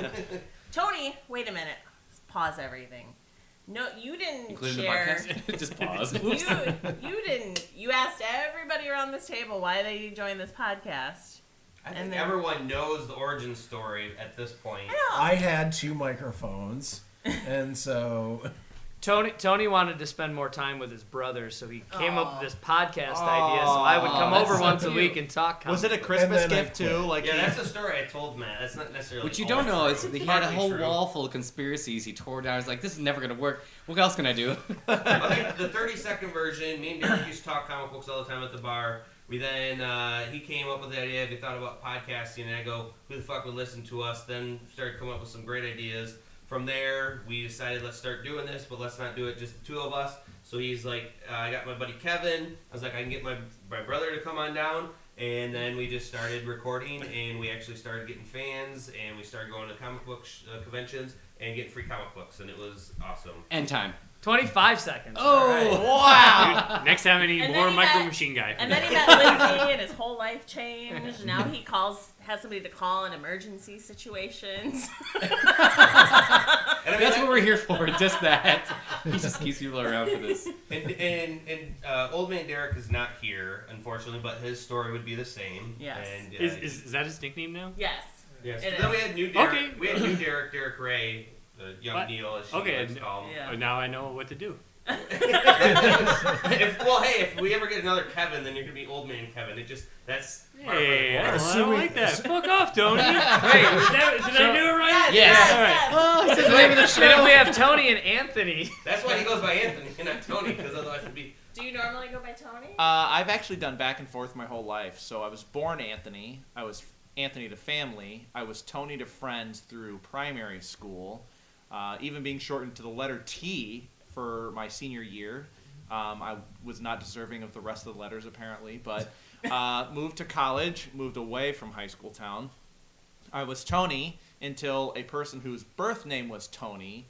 S2: in.
S4: Tony, wait a minute. Let's pause everything. No, you didn't
S6: including
S4: share.
S6: the podcast. just pause.
S4: You you didn't. You asked everybody around this table why they joined this podcast.
S3: I think
S4: And then-
S3: everyone knows the origin story at this point.
S4: I know.
S5: I had two microphones, and so
S1: Tony Tony wanted to spend more time with his brother, so he came up
S4: Aw.
S1: with this podcast idea. So I would
S6: Aw,
S1: come
S6: that's
S1: over
S6: so
S1: once a
S6: cute.
S1: week and talk.
S2: Was it a
S1: comic
S2: Christmas
S5: then I
S2: gift too?
S5: quit.
S2: Like
S3: Yeah,
S2: he-
S3: that's the story I told Matt. That's not necessarily.
S2: Oh,
S6: What you
S3: all
S6: don't know is
S3: true.
S6: that he had a
S3: Partly
S6: whole
S3: true.
S6: wall full of conspiracies he tore down. He's like, this is never going to work. What else can I do?
S3: I think the 30 second version, me and Derek used to talk comic books all the time at the bar. We then, uh, he came up with the idea, we thought about podcasting, and I go, who the fuck would listen to us? Then started coming up with some great ideas. From there, we decided let's start doing this, but let's not do it just the two of us. So he's like, uh, I got my buddy Kevin. I was like, I can get my, my brother to come on down. And then we just started recording, and we actually started getting fans, and we started going to comic book sh- uh, conventions and getting free comic books, and it was awesome.
S6: End time.
S1: Twenty five seconds.
S2: Oh.
S6: Oh, wow.
S7: Dude, next time I need
S4: And
S7: more
S4: then he
S7: micro
S4: met-
S7: machine guy.
S4: And then he met Lindsay, and his whole life changed. Now he calls, has somebody to call in emergency situations.
S3: And I mean,
S6: That's
S3: I-
S6: what we're here for, just that. He just keeps people around for this.
S3: And and and uh, old man Derek is not here, unfortunately, but his story would be the same.
S4: Yes.
S3: And, uh,
S7: is, is, is that his nickname now?
S4: yes.
S3: yes.
S4: it
S3: then we
S4: is.
S3: had new Derek.
S7: Okay.
S3: We had new Derek, Derek Ray, the young
S7: What?
S3: Neil, as she
S7: Okay,
S3: likes to
S7: n-
S3: call him.
S4: Yeah.
S7: Oh, now I know what to do.
S3: if, well, hey, if we ever get another Kevin, then you're gonna be old man Kevin. It just that's part of
S7: Hey, I
S3: the
S7: don't,
S3: course.
S7: I don't like that. Fuck off, Tony. Wait, was that, did I do it right?
S4: Yes.
S6: Yes.
S4: yes, yes.
S6: Oh, he says the name of the
S1: Then if
S6: show.
S1: we have Tony and Anthony.
S3: That's why he goes by Anthony and not Tony, because otherwise it'd be.
S4: Do you normally go by Tony?
S2: Uh, I've actually done back and forth my whole life. So I was born Anthony. I was Anthony to family. I was Tony to friends through primary school, uh, even being shortened to the letter T for my senior year. Um, I was not deserving of the rest of the letters apparently, but uh, moved to college, moved away from high school town. I was Tony until a person whose birth name was Tony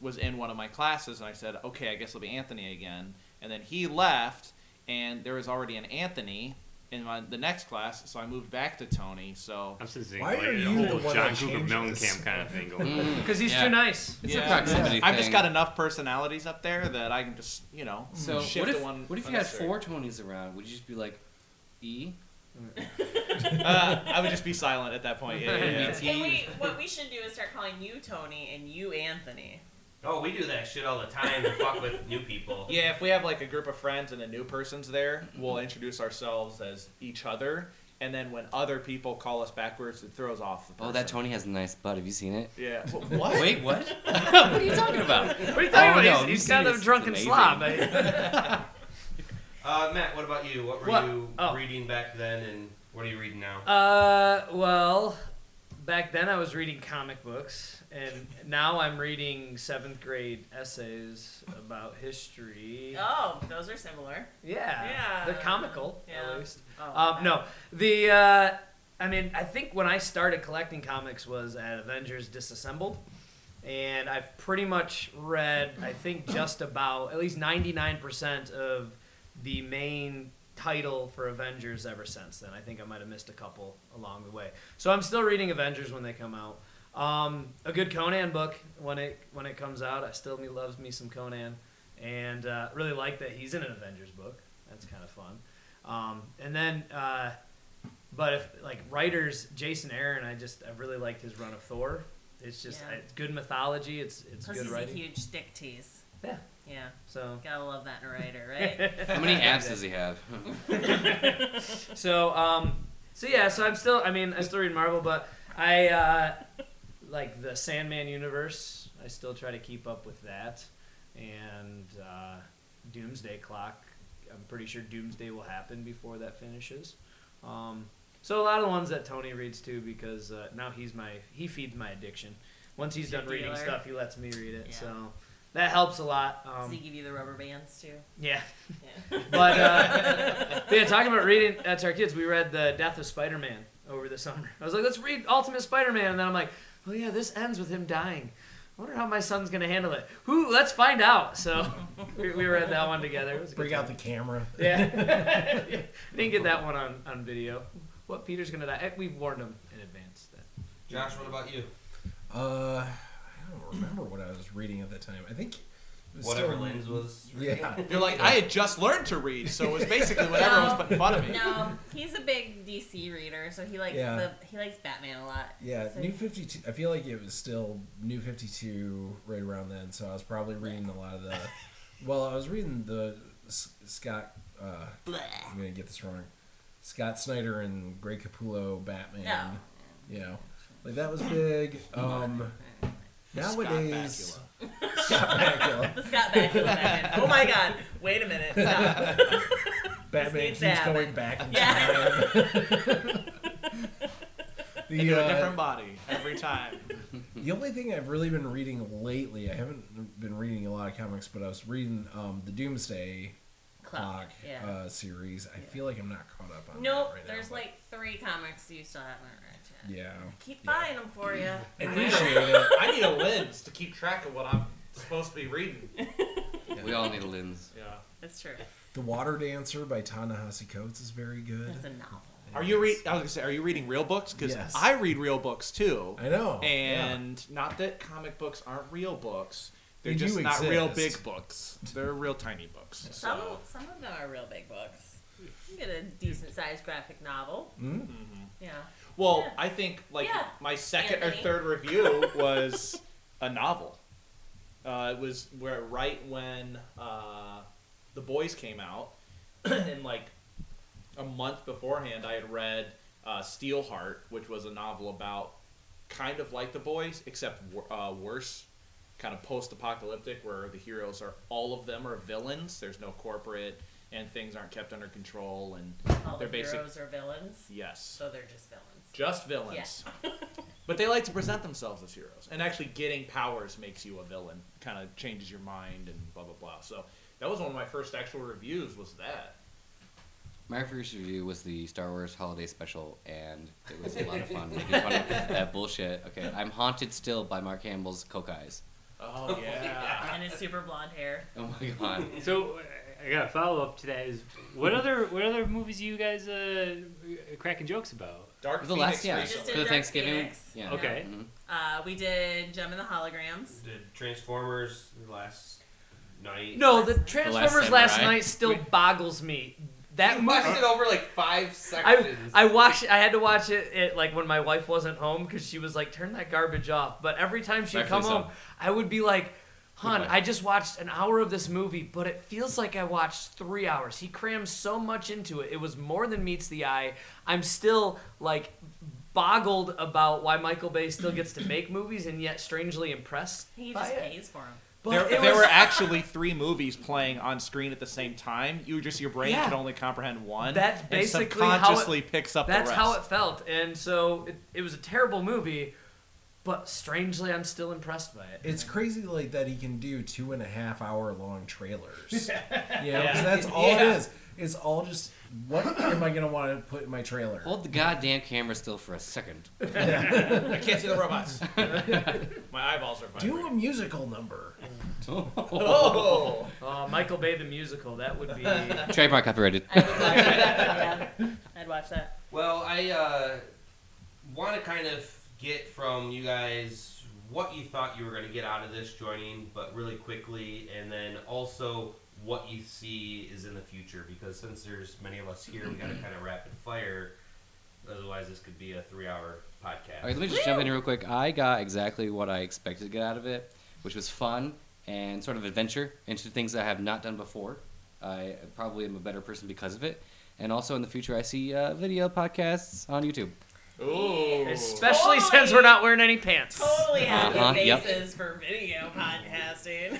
S2: was in one of my classes, and I said, "Okay, I guess I'll be Anthony again." And then he left, and there was already an Anthony in my, the next class, so I moved back to Tony. So
S7: I'm just
S5: Why
S7: thinking
S5: are
S7: like
S5: you
S7: a
S5: the
S7: whole
S5: one
S7: John
S5: that
S7: Cougar
S5: changes?
S7: Mellencamp kind of thing going on.
S1: Because he's
S6: Yeah.
S1: too nice.
S6: It's
S2: Yeah.
S6: a proximity
S2: I've just
S6: thing.
S2: got enough personalities up there that I can just, you know,
S6: So
S2: shift
S6: what if,
S2: to one.
S6: what if you had four Tonys around? Would you just be like, E?
S2: Uh, I would just be silent at that point. Yeah, yeah, yeah.
S6: It's
S4: Can
S6: E.
S4: we, what we should do is start calling you Tony and you Anthony.
S3: Oh, we do that shit all the time to fuck with new people.
S2: Yeah, if we have like a group of friends and a new person's there, we'll introduce ourselves as each other, and then when other people call us backwards, it throws off the. Person.
S6: Oh, that Tony has a nice butt. Have you seen it?
S2: Yeah. Wh- What?
S6: Wait, what? what are you talking about?
S1: What are you talking
S6: Oh,
S1: about?
S6: no,
S1: he's
S6: you
S1: he's
S6: see
S1: kind
S6: this,
S1: of a
S6: it's
S1: drunken
S6: amazing.
S1: slob. I-
S3: Uh, Matt, what about you? What were
S1: What?
S3: you
S1: Oh.
S3: reading back then, and what are you reading now?
S1: uh, well, back then I was reading comic books, and now I'm reading seventh grade essays about history.
S4: Oh, those are similar.
S1: Yeah,
S4: Yeah.
S1: they're comical
S4: Yeah.
S1: at least.
S4: Oh,
S1: Um, no, the uh, I mean, I think when I started collecting comics was at Avengers Disassembled, and I've pretty much read I think just about at least ninety nine percent of the main title for Avengers ever since then. I think I might have missed a couple along the way, so I'm still reading Avengers when they come out. Um, a good Conan book when it when it comes out. I still me loves me some Conan, and uh, really like that he's in an Avengers book. That's kind of fun. Um, and then, uh, but if like writers, Jason Aaron, I just I really liked his run of Thor. It's just
S4: Yeah.
S1: it's good mythology. It's it's
S4: Plus
S1: good
S4: he's
S1: writing.
S4: a huge dick tease.
S1: Yeah.
S4: Yeah.
S1: So
S4: Gotta love that in a writer, right?
S6: How many abs does he have?
S1: so um so yeah so I'm still I mean I still read Marvel, but I uh, like the Sandman universe. I still try to keep up with that, and uh, Doomsday Clock. I'm pretty sure Doomsday will happen before that finishes. Um, so a lot of the ones that Tony reads too, because uh, now he's my he feeds my addiction. Once he's
S4: He's your
S1: done reading
S4: dealer.
S1: stuff, he lets me read it.
S4: Yeah.
S1: So that helps a lot.
S4: Does he
S1: Um,
S4: give you the rubber bands too?
S1: yeah.
S4: Yeah.
S1: But uh, yeah, talking about reading uh, to our kids, we read the Death of Spider-Man over the summer. I was like, let's read Ultimate Spider-Man, and then I'm like, oh yeah, this ends with him dying. I wonder how my son's gonna handle it. Who? Let's find out. So we, we were at that one together. It was a good
S5: Bring out
S1: time.
S5: the camera.
S1: Yeah. Didn't get that one on, on video. What Peter's gonna die? Eh, We've warned him in advance. That.
S3: Josh, what about you?
S5: Uh, I don't remember what I was reading at that time. I think it was
S3: Whatever
S5: still-
S3: lens was.
S5: Yeah.
S2: You're like, I had just learned to read, so it was basically what everyone was
S4: No.
S2: putting fun of me.
S4: No, he's a big DC reader, so he likes
S5: Yeah.
S4: the he likes Batman a lot.
S5: Yeah,
S4: So-
S5: New 52. I feel like it was still New 52 right around then, so I was probably reading a lot of the. well, I was reading the S- Scott. Uh,
S4: Bleh.
S5: I'm going to get this wrong. Scott Snyder and Greg Capullo Batman. You know, like that was big. Um, nowadays. Scott Bakula.
S4: The Scott Bakula Batman. Oh my God! Wait a minute. Stop.
S5: Batman
S4: needs to
S5: keeps
S4: happen.
S5: going back in
S4: Yeah.
S5: time. the,
S2: Into a
S5: uh,
S2: different body every time.
S5: The only thing I've really been reading lately, I haven't been reading a lot of comics, but I was reading um, the Doomsday Clock
S4: Yeah.
S5: uh, series. I feel like I'm not caught up on
S4: nope.
S5: that right now,
S4: there's
S5: but-
S4: like three comics you still haven't read yet.
S5: Yeah.
S4: Keep
S5: Yeah.
S4: buying them for you.
S5: I appreciate it.
S2: I need a lens to keep track of what I'm supposed to be reading.
S6: We all need a lens.
S2: Yeah.
S4: That's true.
S5: The Water Dancer by Ta-Nehisi Coates is very good.
S4: That's a novel.
S2: Are you read? I was gonna say, are you reading real books? Because
S5: Yes.
S2: I read real books too.
S5: I know.
S2: And not that comic books aren't real books. They're
S5: They do
S2: just not real
S5: exist.
S2: big books. They're real tiny books.
S4: Some
S2: So
S4: some of them are real big books. You can get a decent sized graphic novel.
S5: Mm.
S2: Mm-hmm.
S4: Yeah.
S2: Well,
S4: Yeah.
S2: I think like
S4: Yeah.
S2: my second
S4: Anthony.
S2: or third review was a novel. Uh, it was where right when uh, the boys came out, and like a month beforehand, I had read uh, Steelheart, which was a novel about kind of like the boys, except wor- uh, worse, kind of post-apocalyptic, where the heroes are all of them are villains. There's no corporate, and things aren't kept under control, and
S4: All
S2: They're
S4: the
S2: basic-
S4: heroes are villains,
S2: yes,
S4: so they're just villains.
S2: just villains. But they like to present themselves as heroes, and actually getting powers makes you a villain. Kind of changes your mind and blah blah blah. So that was one of my first actual reviews. Was that?
S6: My first review was the Star Wars Holiday Special, and it was a lot of fun. making fun of that bullshit. Okay, I'm haunted still by Mark Hamill's coke eyes.
S2: Oh yeah.
S4: And his super blonde hair.
S6: Oh my god.
S7: So I got a follow up to that. Is what other what other movies you guys uh, cracking jokes about?
S2: Dark
S6: The
S2: Phoenix
S6: last yeah
S2: recently.
S4: just did
S6: for the
S4: Dark
S6: Thanksgiving.
S4: Phoenix.
S6: Yeah.
S7: Okay.
S6: Mhm.
S4: Uh, we did Gem and the Holograms.
S3: Did Transformers last night?
S1: No, the Transformers last
S6: Samurai.
S1: night still boggles me. That
S3: You watched
S1: movie.
S3: it over like five
S1: I,
S3: sections.
S1: I watched. I had to watch it, it like when my wife wasn't home because she was like, "Turn that garbage off." But every time she'd
S6: Rightfully
S1: come home,
S6: so.
S1: I would be like, "Hun,
S6: wife.
S1: I just watched an hour of this movie, but it feels like I watched three hours." He crammed so much into it; it was more than meets the eye. I'm still like boggled about why Michael Bay still gets to make movies and yet strangely impressed.
S4: He
S1: by
S4: just
S1: it.
S4: pays for them.
S1: But
S2: There,
S1: it
S2: there
S1: was-
S2: were actually three movies playing on screen at the same time. You just your brain
S1: Yeah.
S2: could only comprehend one.
S1: That's
S2: and
S1: basically how it-
S2: subconsciously picks up
S1: That's
S2: the rest.
S1: how it felt, and so it, it was a terrible movie, but strangely, I'm still impressed by it.
S5: It's crazy like that he can do two and a half hour long trailers. You know, 'cause
S2: Yeah.
S5: that's all
S2: Yeah.
S5: it is. It's all just what am I gonna want to put in my trailer?
S6: Hold the goddamn camera still for a second.
S2: I can't see the robots. my eyeballs are vibrating.
S5: Do a musical number.
S2: Oh.
S1: Oh, Michael Bay the musical. That would be. I
S6: Trademark copyrighted.
S4: I would watch that. Yeah. I'd watch that.
S3: Well, I uh, want to kind of get from you guys what you thought you were going to get out of this joining, but really quickly, and then also what you see is in the future, because since there's many of us here, we got to kind of rapid fire. Otherwise, this could be a three-hour podcast.
S6: All right, let me just jump in real quick. I got exactly what I expected to get out of it, which was fun and sort of adventure into things I have not done before. I probably am a better person because of it. And also in the future, I see uh, video podcasts on YouTube.
S2: Ooh.
S1: Especially since we're not wearing any pants.
S4: Totally have
S6: Uh-huh,
S4: your
S6: yep.
S4: faces for video podcasting.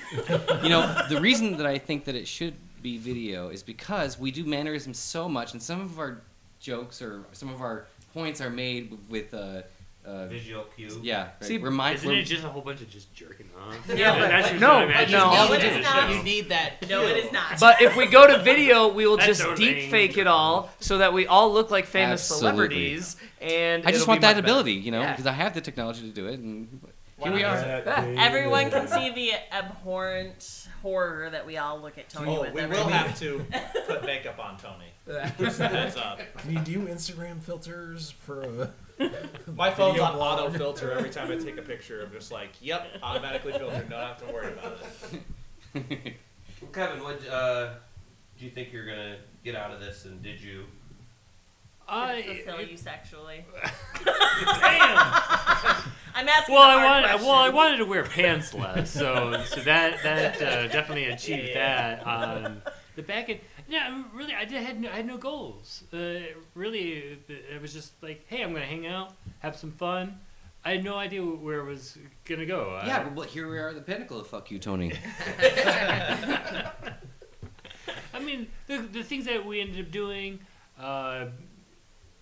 S6: You know, the reason that I think that it should be video is because we do mannerisms so much, and some of our jokes or some of our points are made with. Uh, uh,
S3: Visual cue.
S6: yeah, right.
S1: See,
S6: we're mind-
S7: Isn't
S6: we're-
S7: it just a whole bunch of just jerking off?
S1: Yeah, but-
S7: that's just
S1: no,
S7: what I imagine
S1: no,
S7: is
S1: all
S7: the
S1: it
S7: end of
S4: is
S7: the
S4: not-
S7: show.
S2: You need that.
S4: No, it is not.
S1: But if we go to video, we will
S7: That's
S1: just
S7: so
S1: deep
S7: lame.
S1: fake it all so that we all look like famous
S6: Absolutely.
S1: celebrities. And
S6: I just
S1: it'll
S6: want
S1: be much
S6: that
S1: better.
S6: ability, you know,
S1: Yeah.
S6: because I have the technology to do it. And Here we are.
S4: Everyone can see the abhorrent horror that we all look at Tony
S2: Oh,
S4: with.
S2: we
S4: every
S2: will
S4: week.
S2: have to put makeup on Tony. That's uh, up.
S5: Can you do Instagram filters for a
S2: My phone's
S5: Video
S2: on
S5: blog.
S2: auto filter every time I take a picture. I'm just like, yep, automatically filtered. Don't have to worry about it.
S3: Well, Kevin, what uh, do you think you're gonna get out of this? And did you?
S4: fulfill
S7: I
S4: you sexually.
S7: damn.
S4: I'm asking.
S7: Well,
S4: the
S7: I
S4: hard
S7: wanted
S4: questions.
S7: well, I wanted to wear pants less, so so that that uh, definitely achieved
S2: Yeah.
S7: that. Um, the back end, yeah, really, I did had no, I had no goals. Uh, really, it, it was just like, hey, I'm gonna hang out, have some fun. I had no idea where it was gonna go. I-
S6: Yeah, but what- here we are at the pinnacle of fuck you, Tony.
S7: I mean, the, the things that we ended up doing uh,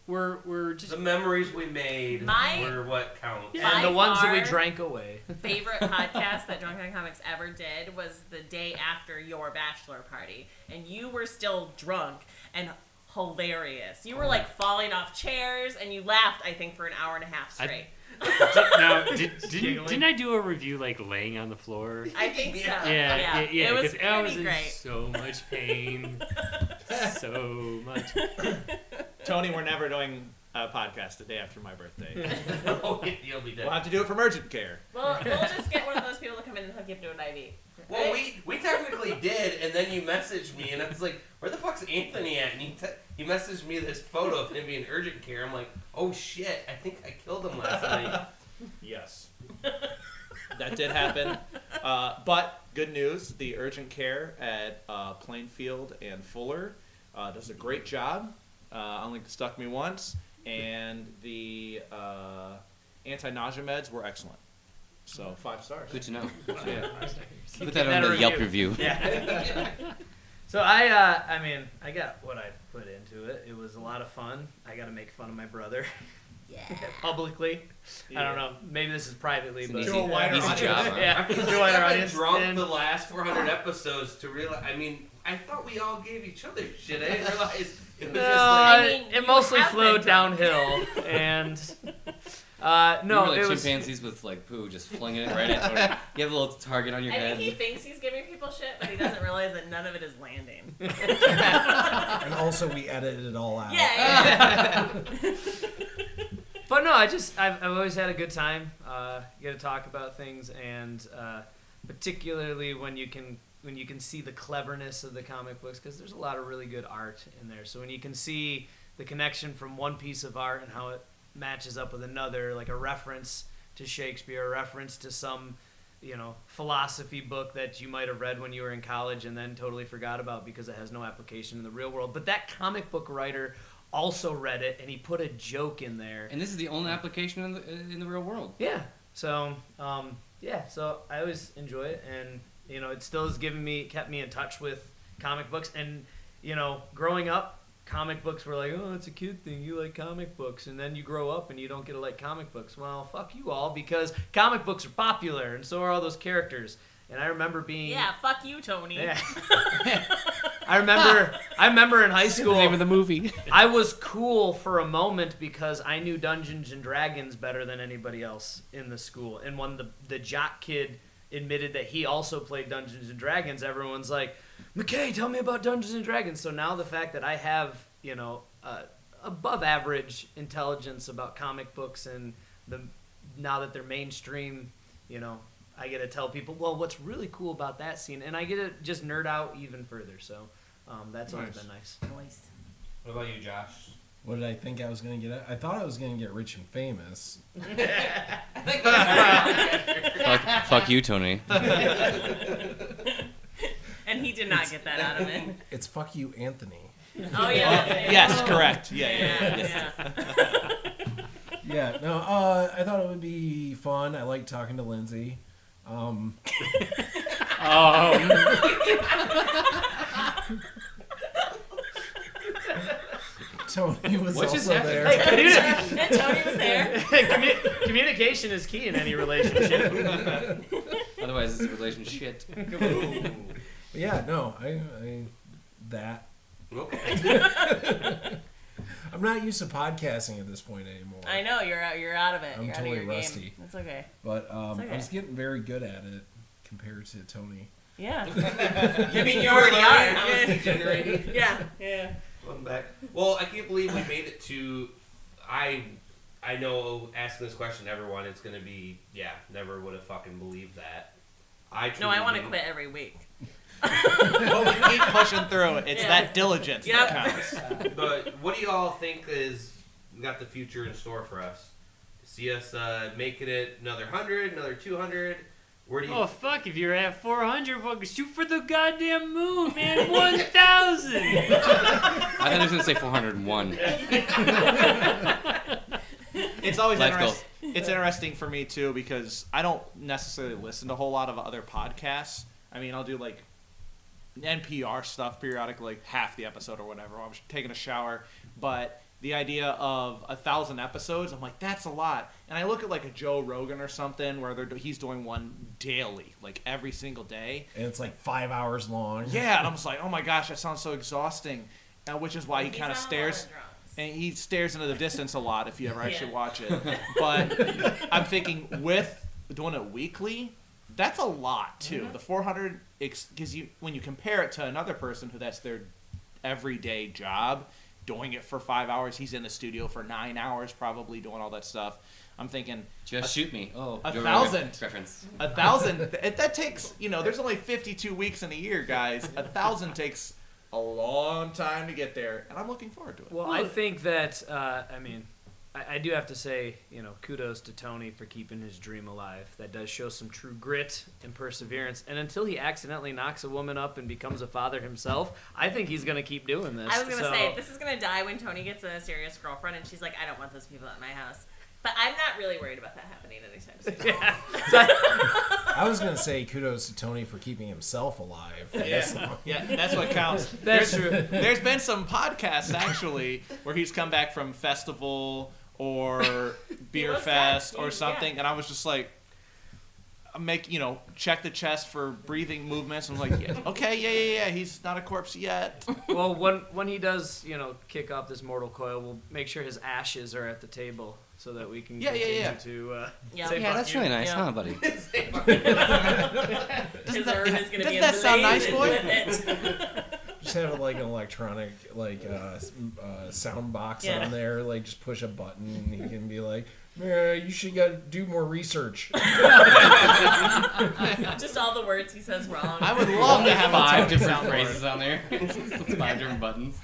S7: were were just
S3: The memories we made
S4: My-
S3: were what counts.
S4: Yeah.
S1: And the
S4: By
S1: ones that we
S4: far-
S1: drank away.
S4: favorite podcast that Drunk Con Comics ever did was the day after your bachelor party, and you were still drunk and hilarious.
S7: Oh
S4: You were like falling off chairs, and you laughed. I think for an hour and a half
S7: I-
S4: straight.
S7: did, now did, didn't,
S1: Giggling.
S7: didn't I do a review like laying on the floor?
S4: I, think so.
S7: Yeah, yeah, yeah.
S4: It was
S7: 'cause
S4: pretty
S7: I was in
S4: great.
S7: so much pain, so much.
S2: Tony, we're never doing a podcast the day after my birthday.
S3: oh, yeah, you'll be dead.
S2: We'll have to do it from urgent care.
S4: Well, we'll just get one of those people to come in and hook you up to an IV.
S3: Well, we we technically did, and then you messaged me, and I was like, "Where the fuck's Anthony at?" And he te- he messaged me this photo of him being urgent care. I'm like, "Oh shit, I think I killed him last night."
S2: Yes. that did happen. Uh, but good news the urgent care at uh, Plainfield and Fuller uh, does a great job. Uh, only stuck me once. And the uh, anti nausea meds were excellent. So five stars.
S6: Good to know. Yeah.
S2: Yeah.
S6: Put that on the Yelp review.
S1: Yeah. so I, uh, I mean, I got what I put into it. It was a lot of fun. I got to make fun of my brother
S4: Yeah.
S1: publicly. I don't know. Maybe this is privately,
S6: It's an
S1: but
S7: e-
S6: easy,
S2: To a wider
S6: easy
S2: audience.
S6: job. huh?
S1: yeah,
S3: Because
S1: to a wider
S3: I've been
S1: audience.
S3: drunk
S1: and-
S3: the last 400 episodes to realize. I mean, I thought we all gave each other shit. I didn't realize it was
S1: No,
S3: just
S7: Uh,
S3: like.
S4: I mean,
S1: it- it
S4: you
S1: mostly
S4: have been
S1: flowed
S4: drunk.
S1: downhill, and uh,
S6: You were
S1: no,
S6: like
S1: it was.
S6: chimpanzees with like poo just flinging it right at Tony. You have a little target on your
S4: I think he
S6: head.
S4: thinks he's giving people shit, but he doesn't realize that none of it is landing. yeah,
S5: and also we edited it all out.
S4: yeah,
S1: But no, I just I've, I've always had a good time. Uh, you get to talk about things, and uh, particularly when you can when you can see the cleverness of the comic books, because there's a lot of really good art in there. So when you can see the connection from one piece of art and how it matches up with another, like a reference to Shakespeare, a reference to some you know philosophy book that you might have read when you were in college and then totally forgot about because it has no application in the real world. But that comic book writer also read it and he put a joke in there
S6: And this is the only application in the, in the real world.
S1: yeah. So, um, yeah. So I always enjoy it, and you know, it still has given me, kept me in touch with comic books. And you know, growing up, comic books were like, oh, it's a kid thing. You like comic books, and then you grow up and you don't get to like comic books. Well, fuck you all, because comic books are popular, and so are all those characters. And I remember being,
S4: yeah. Fuck you, Tony.
S1: Yeah. I remember, I remember in high school.
S6: the movie.
S1: I was cool for a moment because I knew Dungeons and Dragons better than anybody else in the school. And when the the jock kid admitted that he also played Dungeons and Dragons, everyone's like, "McKay, tell me about Dungeons and Dragons." So now the fact that I have, you know, uh, above average intelligence about comic books and the now that they're mainstream, you know, I get to tell people, "Well, what's really cool about that scene?" And I get to just nerd out even further. So um, that's always
S2: Nice.
S1: been nice.
S4: Voice.
S3: What about you, Josh?
S5: What did I think I was gonna get? At? I thought I was gonna get rich and famous.
S3: I think that's
S6: fuck, fuck you, Tony.
S4: And he did not get that out of it.
S5: It's fuck you, Anthony.
S4: Oh yeah.
S2: Yes, correct. Yeah, yeah. yeah.
S4: Yeah, yeah.
S5: Yeah. No. Uh, I thought it would be fun. I like talking to Lindsay. Um,
S7: Um,
S5: Tony was
S6: What just
S5: also
S6: happened?
S5: there.
S1: Hey, dude,
S4: And Tony was there.
S1: Commu- communication is key in any relationship.
S6: Otherwise, it's a relationship.
S5: But yeah. No. I. I that.
S3: okay.
S5: I'm not used to podcasting at this point anymore.
S4: I know you're out. You're out of it.
S5: I'm
S4: you're
S5: totally
S4: out of your game.
S5: rusty.
S4: That's okay.
S5: But um,
S4: It's okay.
S5: I was getting very good at it compared to Tony.
S4: Yeah. I mean, you already
S3: I was degenerating.
S4: are. yeah. Yeah.
S3: Welcome back. Well, I can't believe we made it to. I I know asking this question to everyone, it's gonna be yeah. Never would have fucking believed that. I
S4: No, I
S3: truly
S4: want to
S3: do.
S4: quit every week.
S2: But we keep pushing through it. It's
S4: Yeah.
S2: that diligence
S4: Yep.
S2: that counts.
S3: But what do you all think is we got the future in store for us? See us uh, making it another hundred, another two hundred. Where do you?
S7: Oh fuck! If you're at 400, fucking shoot for the goddamn moon, man. 1,000.
S6: I thought he was gonna say 401.
S2: It's always
S6: Life
S2: interest- it's interesting for me too because I don't necessarily listen to a whole lot of other podcasts. I mean, I'll do like NPR stuff periodically, like half the episode or whatever. While I'm taking a shower, but the idea of a thousand episodes, I'm like, that's a lot. And I look at like a Joe Rogan or something where they're, he's doing one daily, like every single day.
S5: And it's like five hours long.
S2: Yeah, and I'm just like, oh my gosh, that sounds so exhausting. Uh, which is why he
S4: He's
S2: kind of
S4: on a lot
S2: stares.
S4: drugs.
S2: and he stares into the distance a lot if you ever actually
S4: Yeah.
S2: watch it. But I'm thinking with doing it weekly, that's a lot too. The 400 because you when you compare it to another person who that's their everyday job, doing it for five hours. He's in the studio for nine hours, probably doing all that stuff. I'm thinking
S6: Just shoot me. Oh,
S2: A
S6: Joe Rogan
S2: thousand.
S6: reference.
S2: a thousand. th- that takes you know. There's only 52 weeks in a year, guys. A thousand takes a long time to get there, and I'm looking forward to it.
S1: Well, I think that uh, I mean, I, I do have to say, you know, kudos to Tony for keeping his dream alive. That does show some true grit and perseverance. And until he accidentally knocks a woman up and becomes a father himself, I think he's gonna keep doing this.
S4: I was gonna
S1: So-
S4: say this is gonna die when Tony gets a serious girlfriend and she's like, I don't want those people at my house. But I'm not really worried about that happening anytime soon.
S1: Yeah. So-
S5: I was gonna say kudos to Tony for keeping himself alive. for this long.
S2: Yeah, that's what counts.
S1: That's
S2: there's,
S1: true.
S2: There's been some podcasts actually where he's come back from festival or beer
S4: was
S2: fest
S4: back.
S2: or
S4: Yeah.
S2: something, and I was just like, make you know, check the chest for breathing movements. I'm like, yeah, okay, yeah, yeah, yeah. He's not a corpse yet.
S1: well, when when he does, you know, kick off this mortal coil, we'll make sure his ashes are at the table so that we can
S2: Yeah, yeah,
S1: continue
S2: yeah.
S1: to. Uh,
S4: Yeah.
S1: say
S6: Yeah,
S1: fuck
S6: that's
S1: you.
S6: really nice,
S4: Yeah.
S6: huh, buddy?
S4: His urn is gonna
S2: doesn't
S4: be
S2: that sound nice, boy?
S4: emblazoned with it.
S5: Just have like an electronic like uh, s- uh, sound box
S4: Yeah.
S5: on there. Like just push a button and he can be like, "Yeah, you should go do more research."
S4: Just all the words he says wrong.
S2: I would love to have a
S6: five
S2: Tony
S6: different
S2: soundboard.
S6: phrases on there. five different buttons.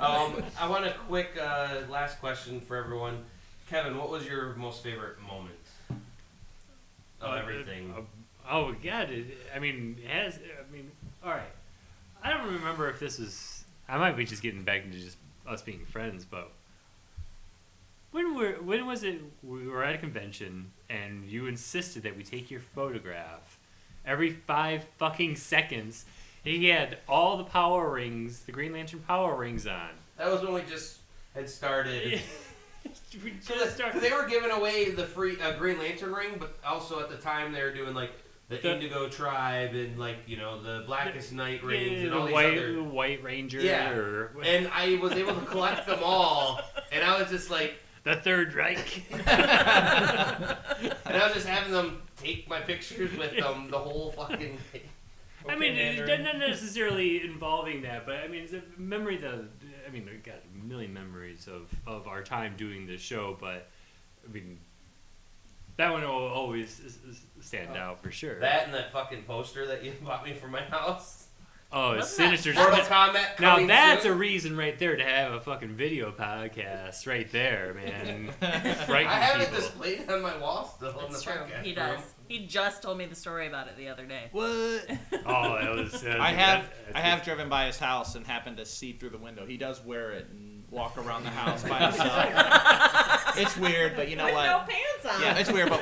S3: um, I want a quick uh, last question for everyone. Kevin, what was your most favorite moment of
S7: Uh,
S3: everything?
S7: uh, oh god! It, I mean, has I mean, all right. I don't remember if this is. I might be just getting back into just us being friends, but when were when was it? We were at a convention, and you insisted that we take your photograph every five fucking seconds. He had all the power rings, the Green Lantern power rings on.
S3: that was when we just had started.
S7: We just
S3: Because
S7: started-
S3: they were giving away the free uh, Green Lantern ring, but also at the time they were doing like the,
S7: The-
S3: Indigo Tribe and like you know the Blackest Night rings
S7: Yeah,
S3: and all
S7: the
S3: these
S7: White,
S3: other.
S7: the White Ranger,
S3: Yeah.
S7: or
S3: And I was able to collect them all, and I was just like,
S7: the Third Reich.
S3: and I was just having them take my pictures with them the whole fucking. Thing.
S7: I mean,
S2: Okay,
S7: it,
S2: Andrew.
S7: not necessarily involving that, but I mean, it's a memory that I mean, I got a million memories of of our time doing this show, but I mean, that one will always s- s- stand out for sure.
S3: Uh, That and that fucking poster that you bought me for my house.
S7: oh, it's
S4: Wasn't that-
S7: sinister.
S3: Mortal Kombat.
S7: now
S3: coming
S7: that's
S3: soon.
S7: a reason right there to have a fucking video podcast right there, man.
S3: I have
S7: Frightening
S3: it
S7: people.
S3: displayed on my wall still in the
S4: That's true.
S3: podcast
S4: He
S3: room.
S4: does. He just told me the story about it the other day.
S2: What?
S7: Oh, that was. that was-
S2: I have
S7: that-
S2: I have driven by his house and happened to see through the window. He does wear it and walk around the house by himself. it's weird, but you know
S4: With
S2: what?
S4: no pants on.
S2: Yeah, it's weird, but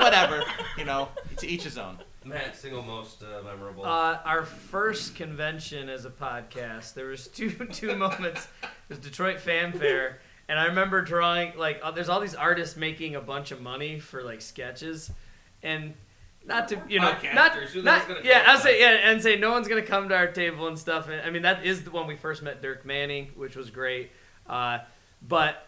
S2: whatever. You know, to each his own.
S3: Matt's single most uh, memorable.
S1: Uh, our first convention as a podcast, there was two two moments. It was Detroit Fan Fair, and I remember drawing like uh, there's all these artists making a bunch of money for like sketches, and not to you know not,
S3: Podcasters, who the hell's gonna
S1: not yeah
S3: come
S1: I'll
S3: to
S1: say yeah and say no one's gonna come to our table and stuff. And I mean that is the one we first met Dirk Manning, which was great. Uh, But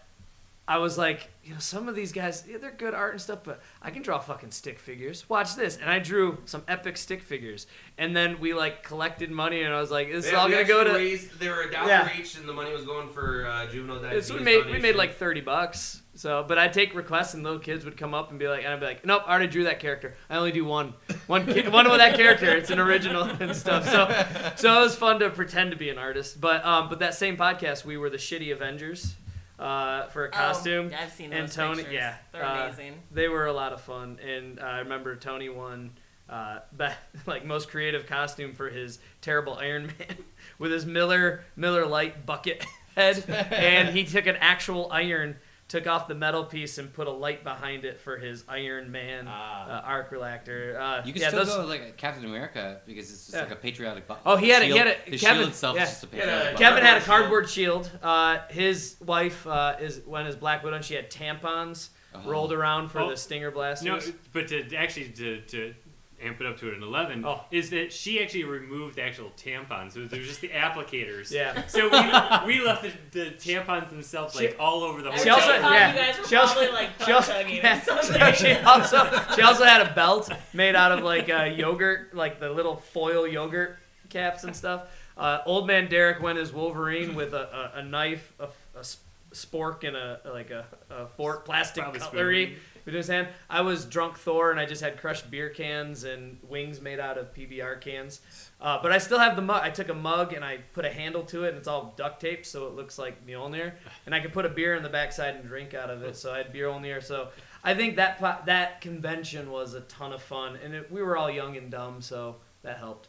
S1: I was like, you know, some of these guys, yeah, they're good art and stuff, but I can draw fucking stick figures. Watch this, and I drew some epic stick figures. And then we like collected money, and I was like, this is
S3: Yeah,
S1: all
S3: we
S1: gonna go
S3: actually
S1: to.
S3: Raised, they were down
S1: Yeah.
S3: for each, and the money was going for uh, juvenile
S1: Yeah,
S3: diabetes.
S1: So we made we
S3: Foundation.
S1: made like thirty bucks. So, but I'd take requests and little kids would come up and be like, and I'd be like, nope, I already drew that character. I only do one, one, ki- one with that character. It's an original and stuff. So, so it was fun to pretend to be an artist. But, um, but that same podcast, we were the shitty Avengers, uh,
S4: Oh.
S1: for a costume.
S4: I've seen
S1: and
S4: those
S1: Tony-
S4: pictures.
S1: yeah,
S4: They're
S1: uh,
S4: amazing.
S1: They were a lot of fun, and uh, I remember Tony won. Uh, be- like most creative costume for his terrible Iron Man with his Miller Miller Light bucket head, and he took an actual iron, took off the metal piece, and put a light behind it for his Iron Man
S2: Ah.
S1: uh, arc reactor. Uh,
S6: You can
S1: yeah,
S6: still
S1: those-
S6: go like Captain America because it's just
S1: Yeah.
S6: like a patriotic. bu-
S1: Oh, he had a-
S6: shield.
S1: he had a-
S6: The
S1: Kevin-
S6: shield itself
S1: yeah.
S6: is just a
S3: He had a-
S6: patriotic.
S1: Kevin had a
S3: Cardboard
S1: cardboard shield. Uh, his wife uh, is when his Black Widow, and she had tampons
S6: Oh.
S1: rolled around for
S7: Oh.
S1: the stinger
S7: No,
S1: blasters.
S7: but to actually to, to amp it up to an eleven
S1: Oh.
S7: is that she actually removed the actual tampons. So there's just the applicators.
S1: Yeah.
S7: So we, we left the, the tampons themselves
S1: She-
S7: like all over the whole.
S1: She also-
S7: shop.
S4: thought
S1: yeah.
S4: you guys were
S1: she also-
S4: probably like
S1: she also-
S4: hugging
S1: yeah.
S4: or something.
S1: she also she also had a belt made out of like uh, yogurt, like the little foil yogurt caps and stuff. Uh, old man Derek went as Wolverine with a, a, a knife, a, a s- spork, and a like a, a fork, plastic
S7: Probably spoon.
S1: cutlery. With his hand, I was drunk Thor, and I just had crushed beer cans and wings made out of PBR cans. Uh, but I still have the mug. I took a mug and I put a handle to it, and it's all duct tape, so it looks like Mjolnir. And I could put a beer in the backside and drink out of it, so I had beer Mjolnir. So I think that po- that convention was a ton of fun, and it, we were all young and dumb, so that helped.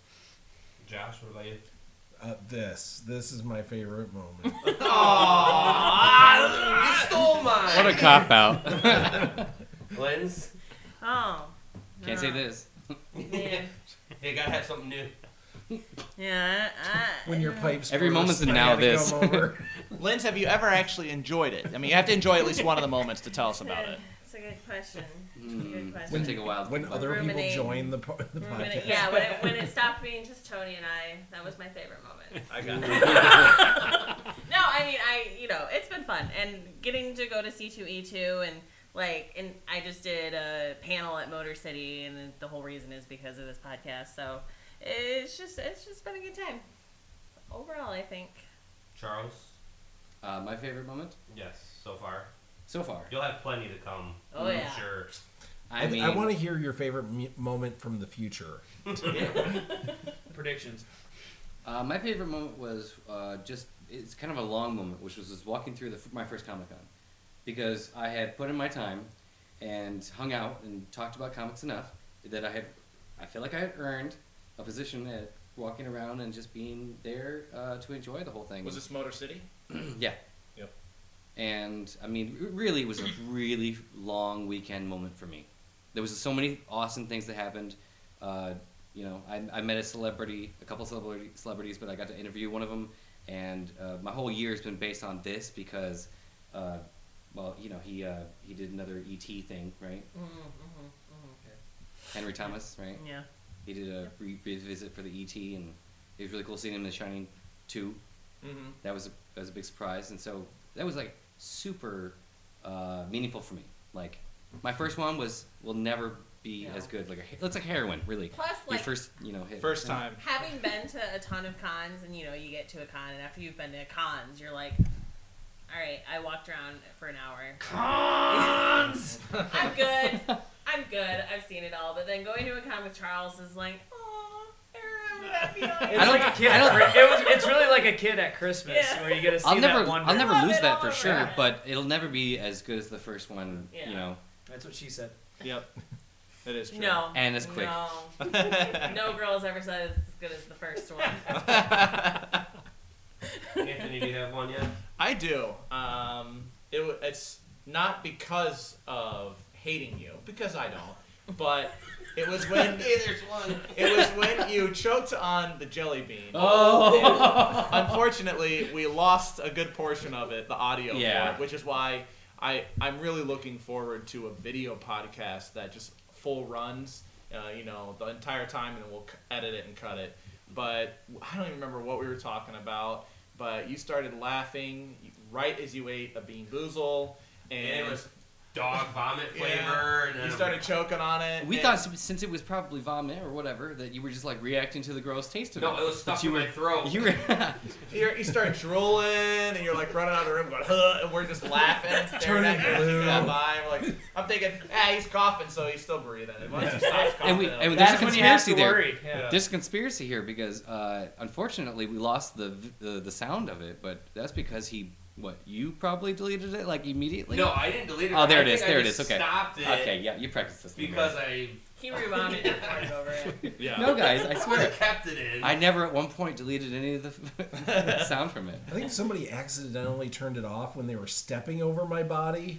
S3: Josh, what about you?
S5: Uh, this. This is my favorite moment.
S3: you stole mine.
S6: What a cop out. Can't
S3: Lens.
S4: oh.
S6: say this.
S4: Yeah,
S3: You gotta have something new.
S4: yeah uh, I,
S5: When your pipes
S6: Every moment's
S5: burst,
S6: a
S5: I
S6: now
S5: had to
S6: this.
S5: come over.
S2: Linz, have you ever actually enjoyed it? I mean, you have to enjoy at least one of the moments to tell us about it.
S4: It's a good question. It's a
S6: Hmm,
S4: good
S6: It's
S4: question.
S6: gonna take a while. to
S5: when
S6: think about
S5: other
S4: Ruminating.
S5: people join the, po- the
S4: When it,
S5: podcast.
S4: yeah, when it, when it stopped being just Tony and I, that was my favorite moment.
S3: I got
S4: No, I mean, I, you know, it's been fun. And getting to go to C2E2 and, like, and I just did a panel at Motor City, and the, the whole reason is because of this podcast. So it's just, it's just been a good time. Overall, I think.
S3: Charles.
S6: it. Uh, my favorite moment
S3: Yes, so far.
S6: so far.
S3: You'll have plenty to come.
S4: Oh,
S3: I'm
S4: yeah.
S3: Sure.
S6: I mean,
S5: I want to hear your favorite me- moment from the future.
S1: Predictions.
S6: Uh, my favorite moment was uh, just it's kind of a long moment, which was just walking through the, my first Comic Con, because I had put in my time and hung out and talked about comics enough that I had I feel like I had earned a position at walking around and just being there uh, to enjoy the whole thing.
S2: Was this Motor City?
S6: yeah.
S2: Yep.
S6: And I mean, it really was a really long weekend moment for me. There was so many awesome things that happened. Uh, you know, I, I met a celebrity, a couple celebrity celebrities, but I got to interview one of them. And uh, my whole year has been based on this because, uh, well, you know, he uh, he did another ET thing, right? Henry Thomas, right?
S4: Yeah.
S6: He did a re- revisit for the ET, and it was really cool seeing him in The Shining Two
S2: Mm-hmm.
S6: that was a, that was a big surprise, and so that was like super uh, meaningful for me. Like my first one was will never be
S4: Yeah.
S6: as good. Like a, it's like heroin, really.
S4: Plus,
S6: Your
S4: like,
S6: first, you know, hit.
S2: First time.
S4: having been to a ton of cons and you know you get to a con and after you've been to cons you're like all right i walked around for an hour cons i'm good i'm good i've seen it all but then going to a con with charles is like oh everyone happy
S1: It's
S4: hour."
S6: I don't-
S1: like a kid.
S6: I don't-
S1: it was. It's really like a kid at Christmas
S4: Yeah.
S1: where you get to see
S6: I'll never,
S1: that wonder.
S6: I'll never
S4: Love
S6: lose
S4: it
S6: that
S4: all
S6: for
S4: over
S6: sure,
S4: again.
S6: but it'll never be as good as the first one,
S4: Yeah.
S6: you know,
S1: That's what she said.
S2: Yep. That is true.
S4: no
S6: and it's quick.
S4: no no girl's ever said it's as good as the first one
S3: Anthony, do you have one yet?
S2: I do. Um, it, wa- it's not because of hating you, because I don't. But it was when
S3: there's one.
S2: it was when you choked on the jelly bean.
S6: Oh,
S2: Unfortunately, we lost a good portion of it, the audio, for
S6: Yeah.
S2: it, which is why I I'm really looking forward to a video podcast that just full runs, uh, you know, the entire time, and then we'll c- edit it and cut it. But I don't even remember what we were talking about. But you started laughing. You right as you ate a Bean Boozle, and,
S3: And it was um, dog vomit
S2: Yeah.
S3: flavor. And
S2: you started choking on it.
S6: We
S2: and-
S6: thought s- since it was probably vomit or whatever that you were just like reacting to the gross taste of it.
S3: No, it was
S6: But
S3: stuck
S6: you
S3: in my
S6: were-
S3: throat.
S6: You were
S2: You're, you start drooling, and you're like running out of the room, going, huh, and we're just laughing, staring
S5: Turning
S2: at you,
S5: blue.
S2: that by. I'm like, I'm thinking, ah, he's coughing, so he's still breathing. And once he stops coughing,
S6: and we
S2: I'm
S6: and
S2: like,
S6: there's a
S7: That's when you have
S6: conspiracy
S7: to
S6: there.
S7: worry.
S2: yeah.
S6: There's a conspiracy here because uh, unfortunately we lost the, v- the the sound of it, but that's because he what you probably deleted it like immediately.
S3: No, I didn't delete it.
S6: Oh, there
S3: I
S6: it is,
S3: think I
S6: there it
S3: just
S6: is, okay.
S3: Stopped it
S6: Okay, yeah, you practiced this in the
S3: because I
S4: He rewound it and poured over it.
S6: mirror. no guys, I
S3: I would
S6: swear
S3: have kept it in.
S6: I never at one point deleted any of the sound from it.
S5: I think somebody accidentally turned it off when they were stepping over my body.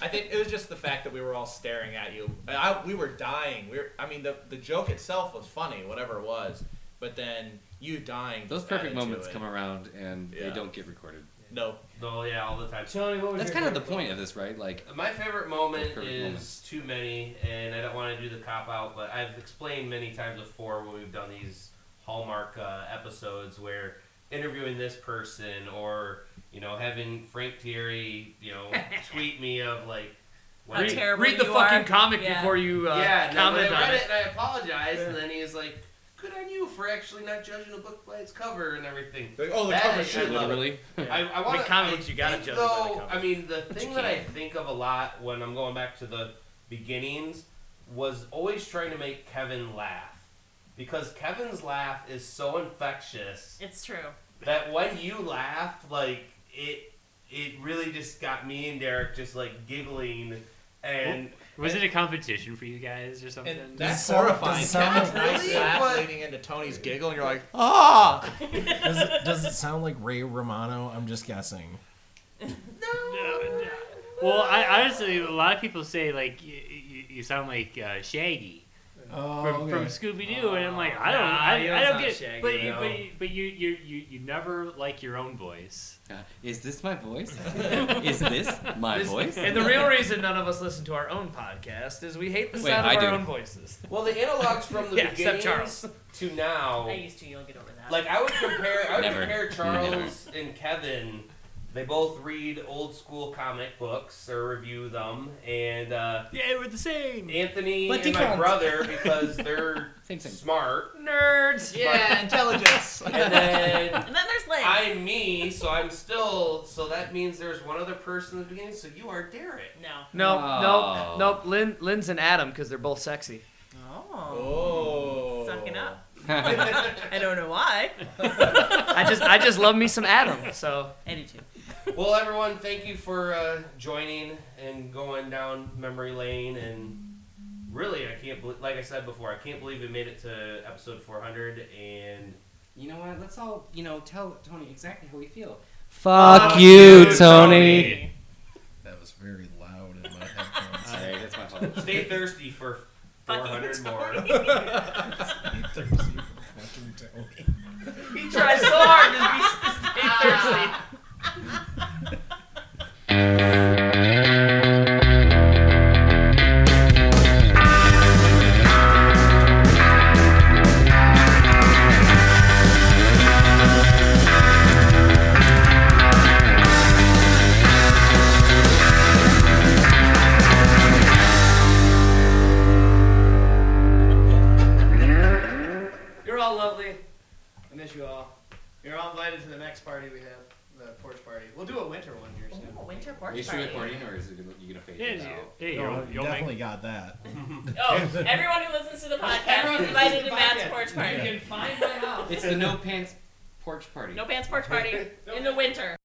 S2: I think it was just the fact that we were all staring at you. I, we were dying. We were, I mean, the, the joke itself was funny, whatever it was, but then you dying.
S6: Those
S2: just
S6: perfect
S2: added to
S6: moments
S2: it.
S6: come around and they
S2: Yeah.
S6: don't get recorded.
S2: No,
S3: No, yeah, all the time.
S1: Tony, what was
S6: That's
S1: your
S6: kind of the
S1: favorite
S6: point of this, right? Like
S3: My favorite moment
S6: Perfect
S3: is
S6: moments.
S3: too many, and I don't want to do the cop out, but I've explained many times before when we've done these Hallmark uh, episodes where interviewing this person or you know having Frank Thierry, you know, tweet me of like.
S4: How
S3: he-
S4: terrible
S1: Read the
S4: you
S1: fucking
S4: are.
S1: comic
S4: Yeah.
S1: before you uh,
S3: yeah, and then when
S1: comment
S3: I
S1: on
S3: read it,
S1: it.
S3: and I apologized, and then he's like, "Good on you for actually not judging a book by its cover and everything."
S2: Like, oh, the
S3: That
S2: cover
S3: is-
S2: should
S3: I
S2: look-
S3: love it.
S6: literally.
S3: I, I want
S1: With comics, you gotta judge by the
S3: Though
S1: cover.
S3: I mean, the thing that I
S6: can't.
S3: think of a lot when I'm going back to the beginnings was always trying to make Kevin laugh because Kevin's laugh is so infectious
S4: It's true.
S3: that when you laugh, like it, it really just got me and Derek just like giggling, and
S7: Was it a competition for you guys or something?
S2: And
S5: Does it
S2: that's
S5: sound-
S2: horrifying.
S5: does it sound
S2: That's
S5: like-
S2: nice
S3: Really?
S2: laugh
S3: What?
S2: leading into Tony's giggle, and you're like, ah!
S5: Does it, does it sound like Ray Romano? I'm just guessing.
S7: No, no. Well, I honestly, a lot of people say like you, you, you sound like uh, Shaggy
S5: Oh,
S7: from,
S5: okay.
S7: from Scooby Doo, and I'm like, I don't,
S1: Oh, Nah, you don't
S7: I, I don't
S1: sound
S7: get.
S1: Shaggy,
S7: but, you,
S1: no.
S7: but you, but you, you, you, you never like your own voice.
S6: Uh, is this my voice? is this my
S1: This-
S6: voice?
S1: And the real reason none of us listen to our own podcast is we hate the
S6: Wait,
S1: sound
S6: I
S1: of our
S6: do.
S1: own voices.
S3: well, the analogs from the
S1: Yeah, except
S3: beginnings
S1: Charles.
S3: to now.
S4: I used to. You'll get over that.
S3: Like I would compare, I would
S6: Never.
S3: compare Charles and Kevin. They both read old school comic books or review them, and uh,
S7: Yeah, we're the same.
S3: Anthony
S6: But
S3: and my
S6: different.
S3: brother because they're
S6: Same, same.
S3: smart.
S1: Nerds.
S2: Yeah, intelligence.
S3: And then
S4: and then there's Liz.
S3: I'm me, so I'm still. So that means there's one other person in the beginning. So you are Derek.
S4: no.
S1: Nope,
S6: Oh.
S1: nope, nope. Lynn, Lynn's and Adam because they're both sexy.
S4: Oh.
S2: oh.
S4: Sucking up.
S6: I
S4: I don't know why.
S1: I just, I just love me some Adam. So
S4: I do too.
S3: Well, everyone, thank you for uh, joining and going down memory lane. And really, I can't believe, like I said before, I can't believe we made it to episode 400. And
S6: You know what? Let's all, you know, tell Tony exactly how we feel. Fuck,
S7: you, Tony.
S5: That was very loud in my headphones.
S6: Sorry, that's my fault.
S3: stay thirsty for
S4: Fucking
S3: 400 more.
S5: I'm thirsty for fucking Tony.
S1: he tries so hard to be thirsty. You're all lovely. I miss you all. You're all invited to the next party we have, the porch party. We'll do a winter one here soon.
S4: Ooh, Oh, winter porch
S6: Are you still
S4: party.
S6: recording, or is it gonna, you gonna fade
S7: Yeah,
S6: it
S7: you-
S6: out?
S7: yeah,
S5: No,
S7: you'll,
S5: I
S7: you'll
S5: definitely
S7: make.
S5: got that.
S4: Oh, everyone who listens to the podcast
S1: Everyone
S4: is
S1: who listens to
S4: invited to
S1: the
S4: Matt's
S1: podcast.
S4: porch party.
S1: find my house.
S6: It's the no pants porch party.
S4: No pants porch party in the winter.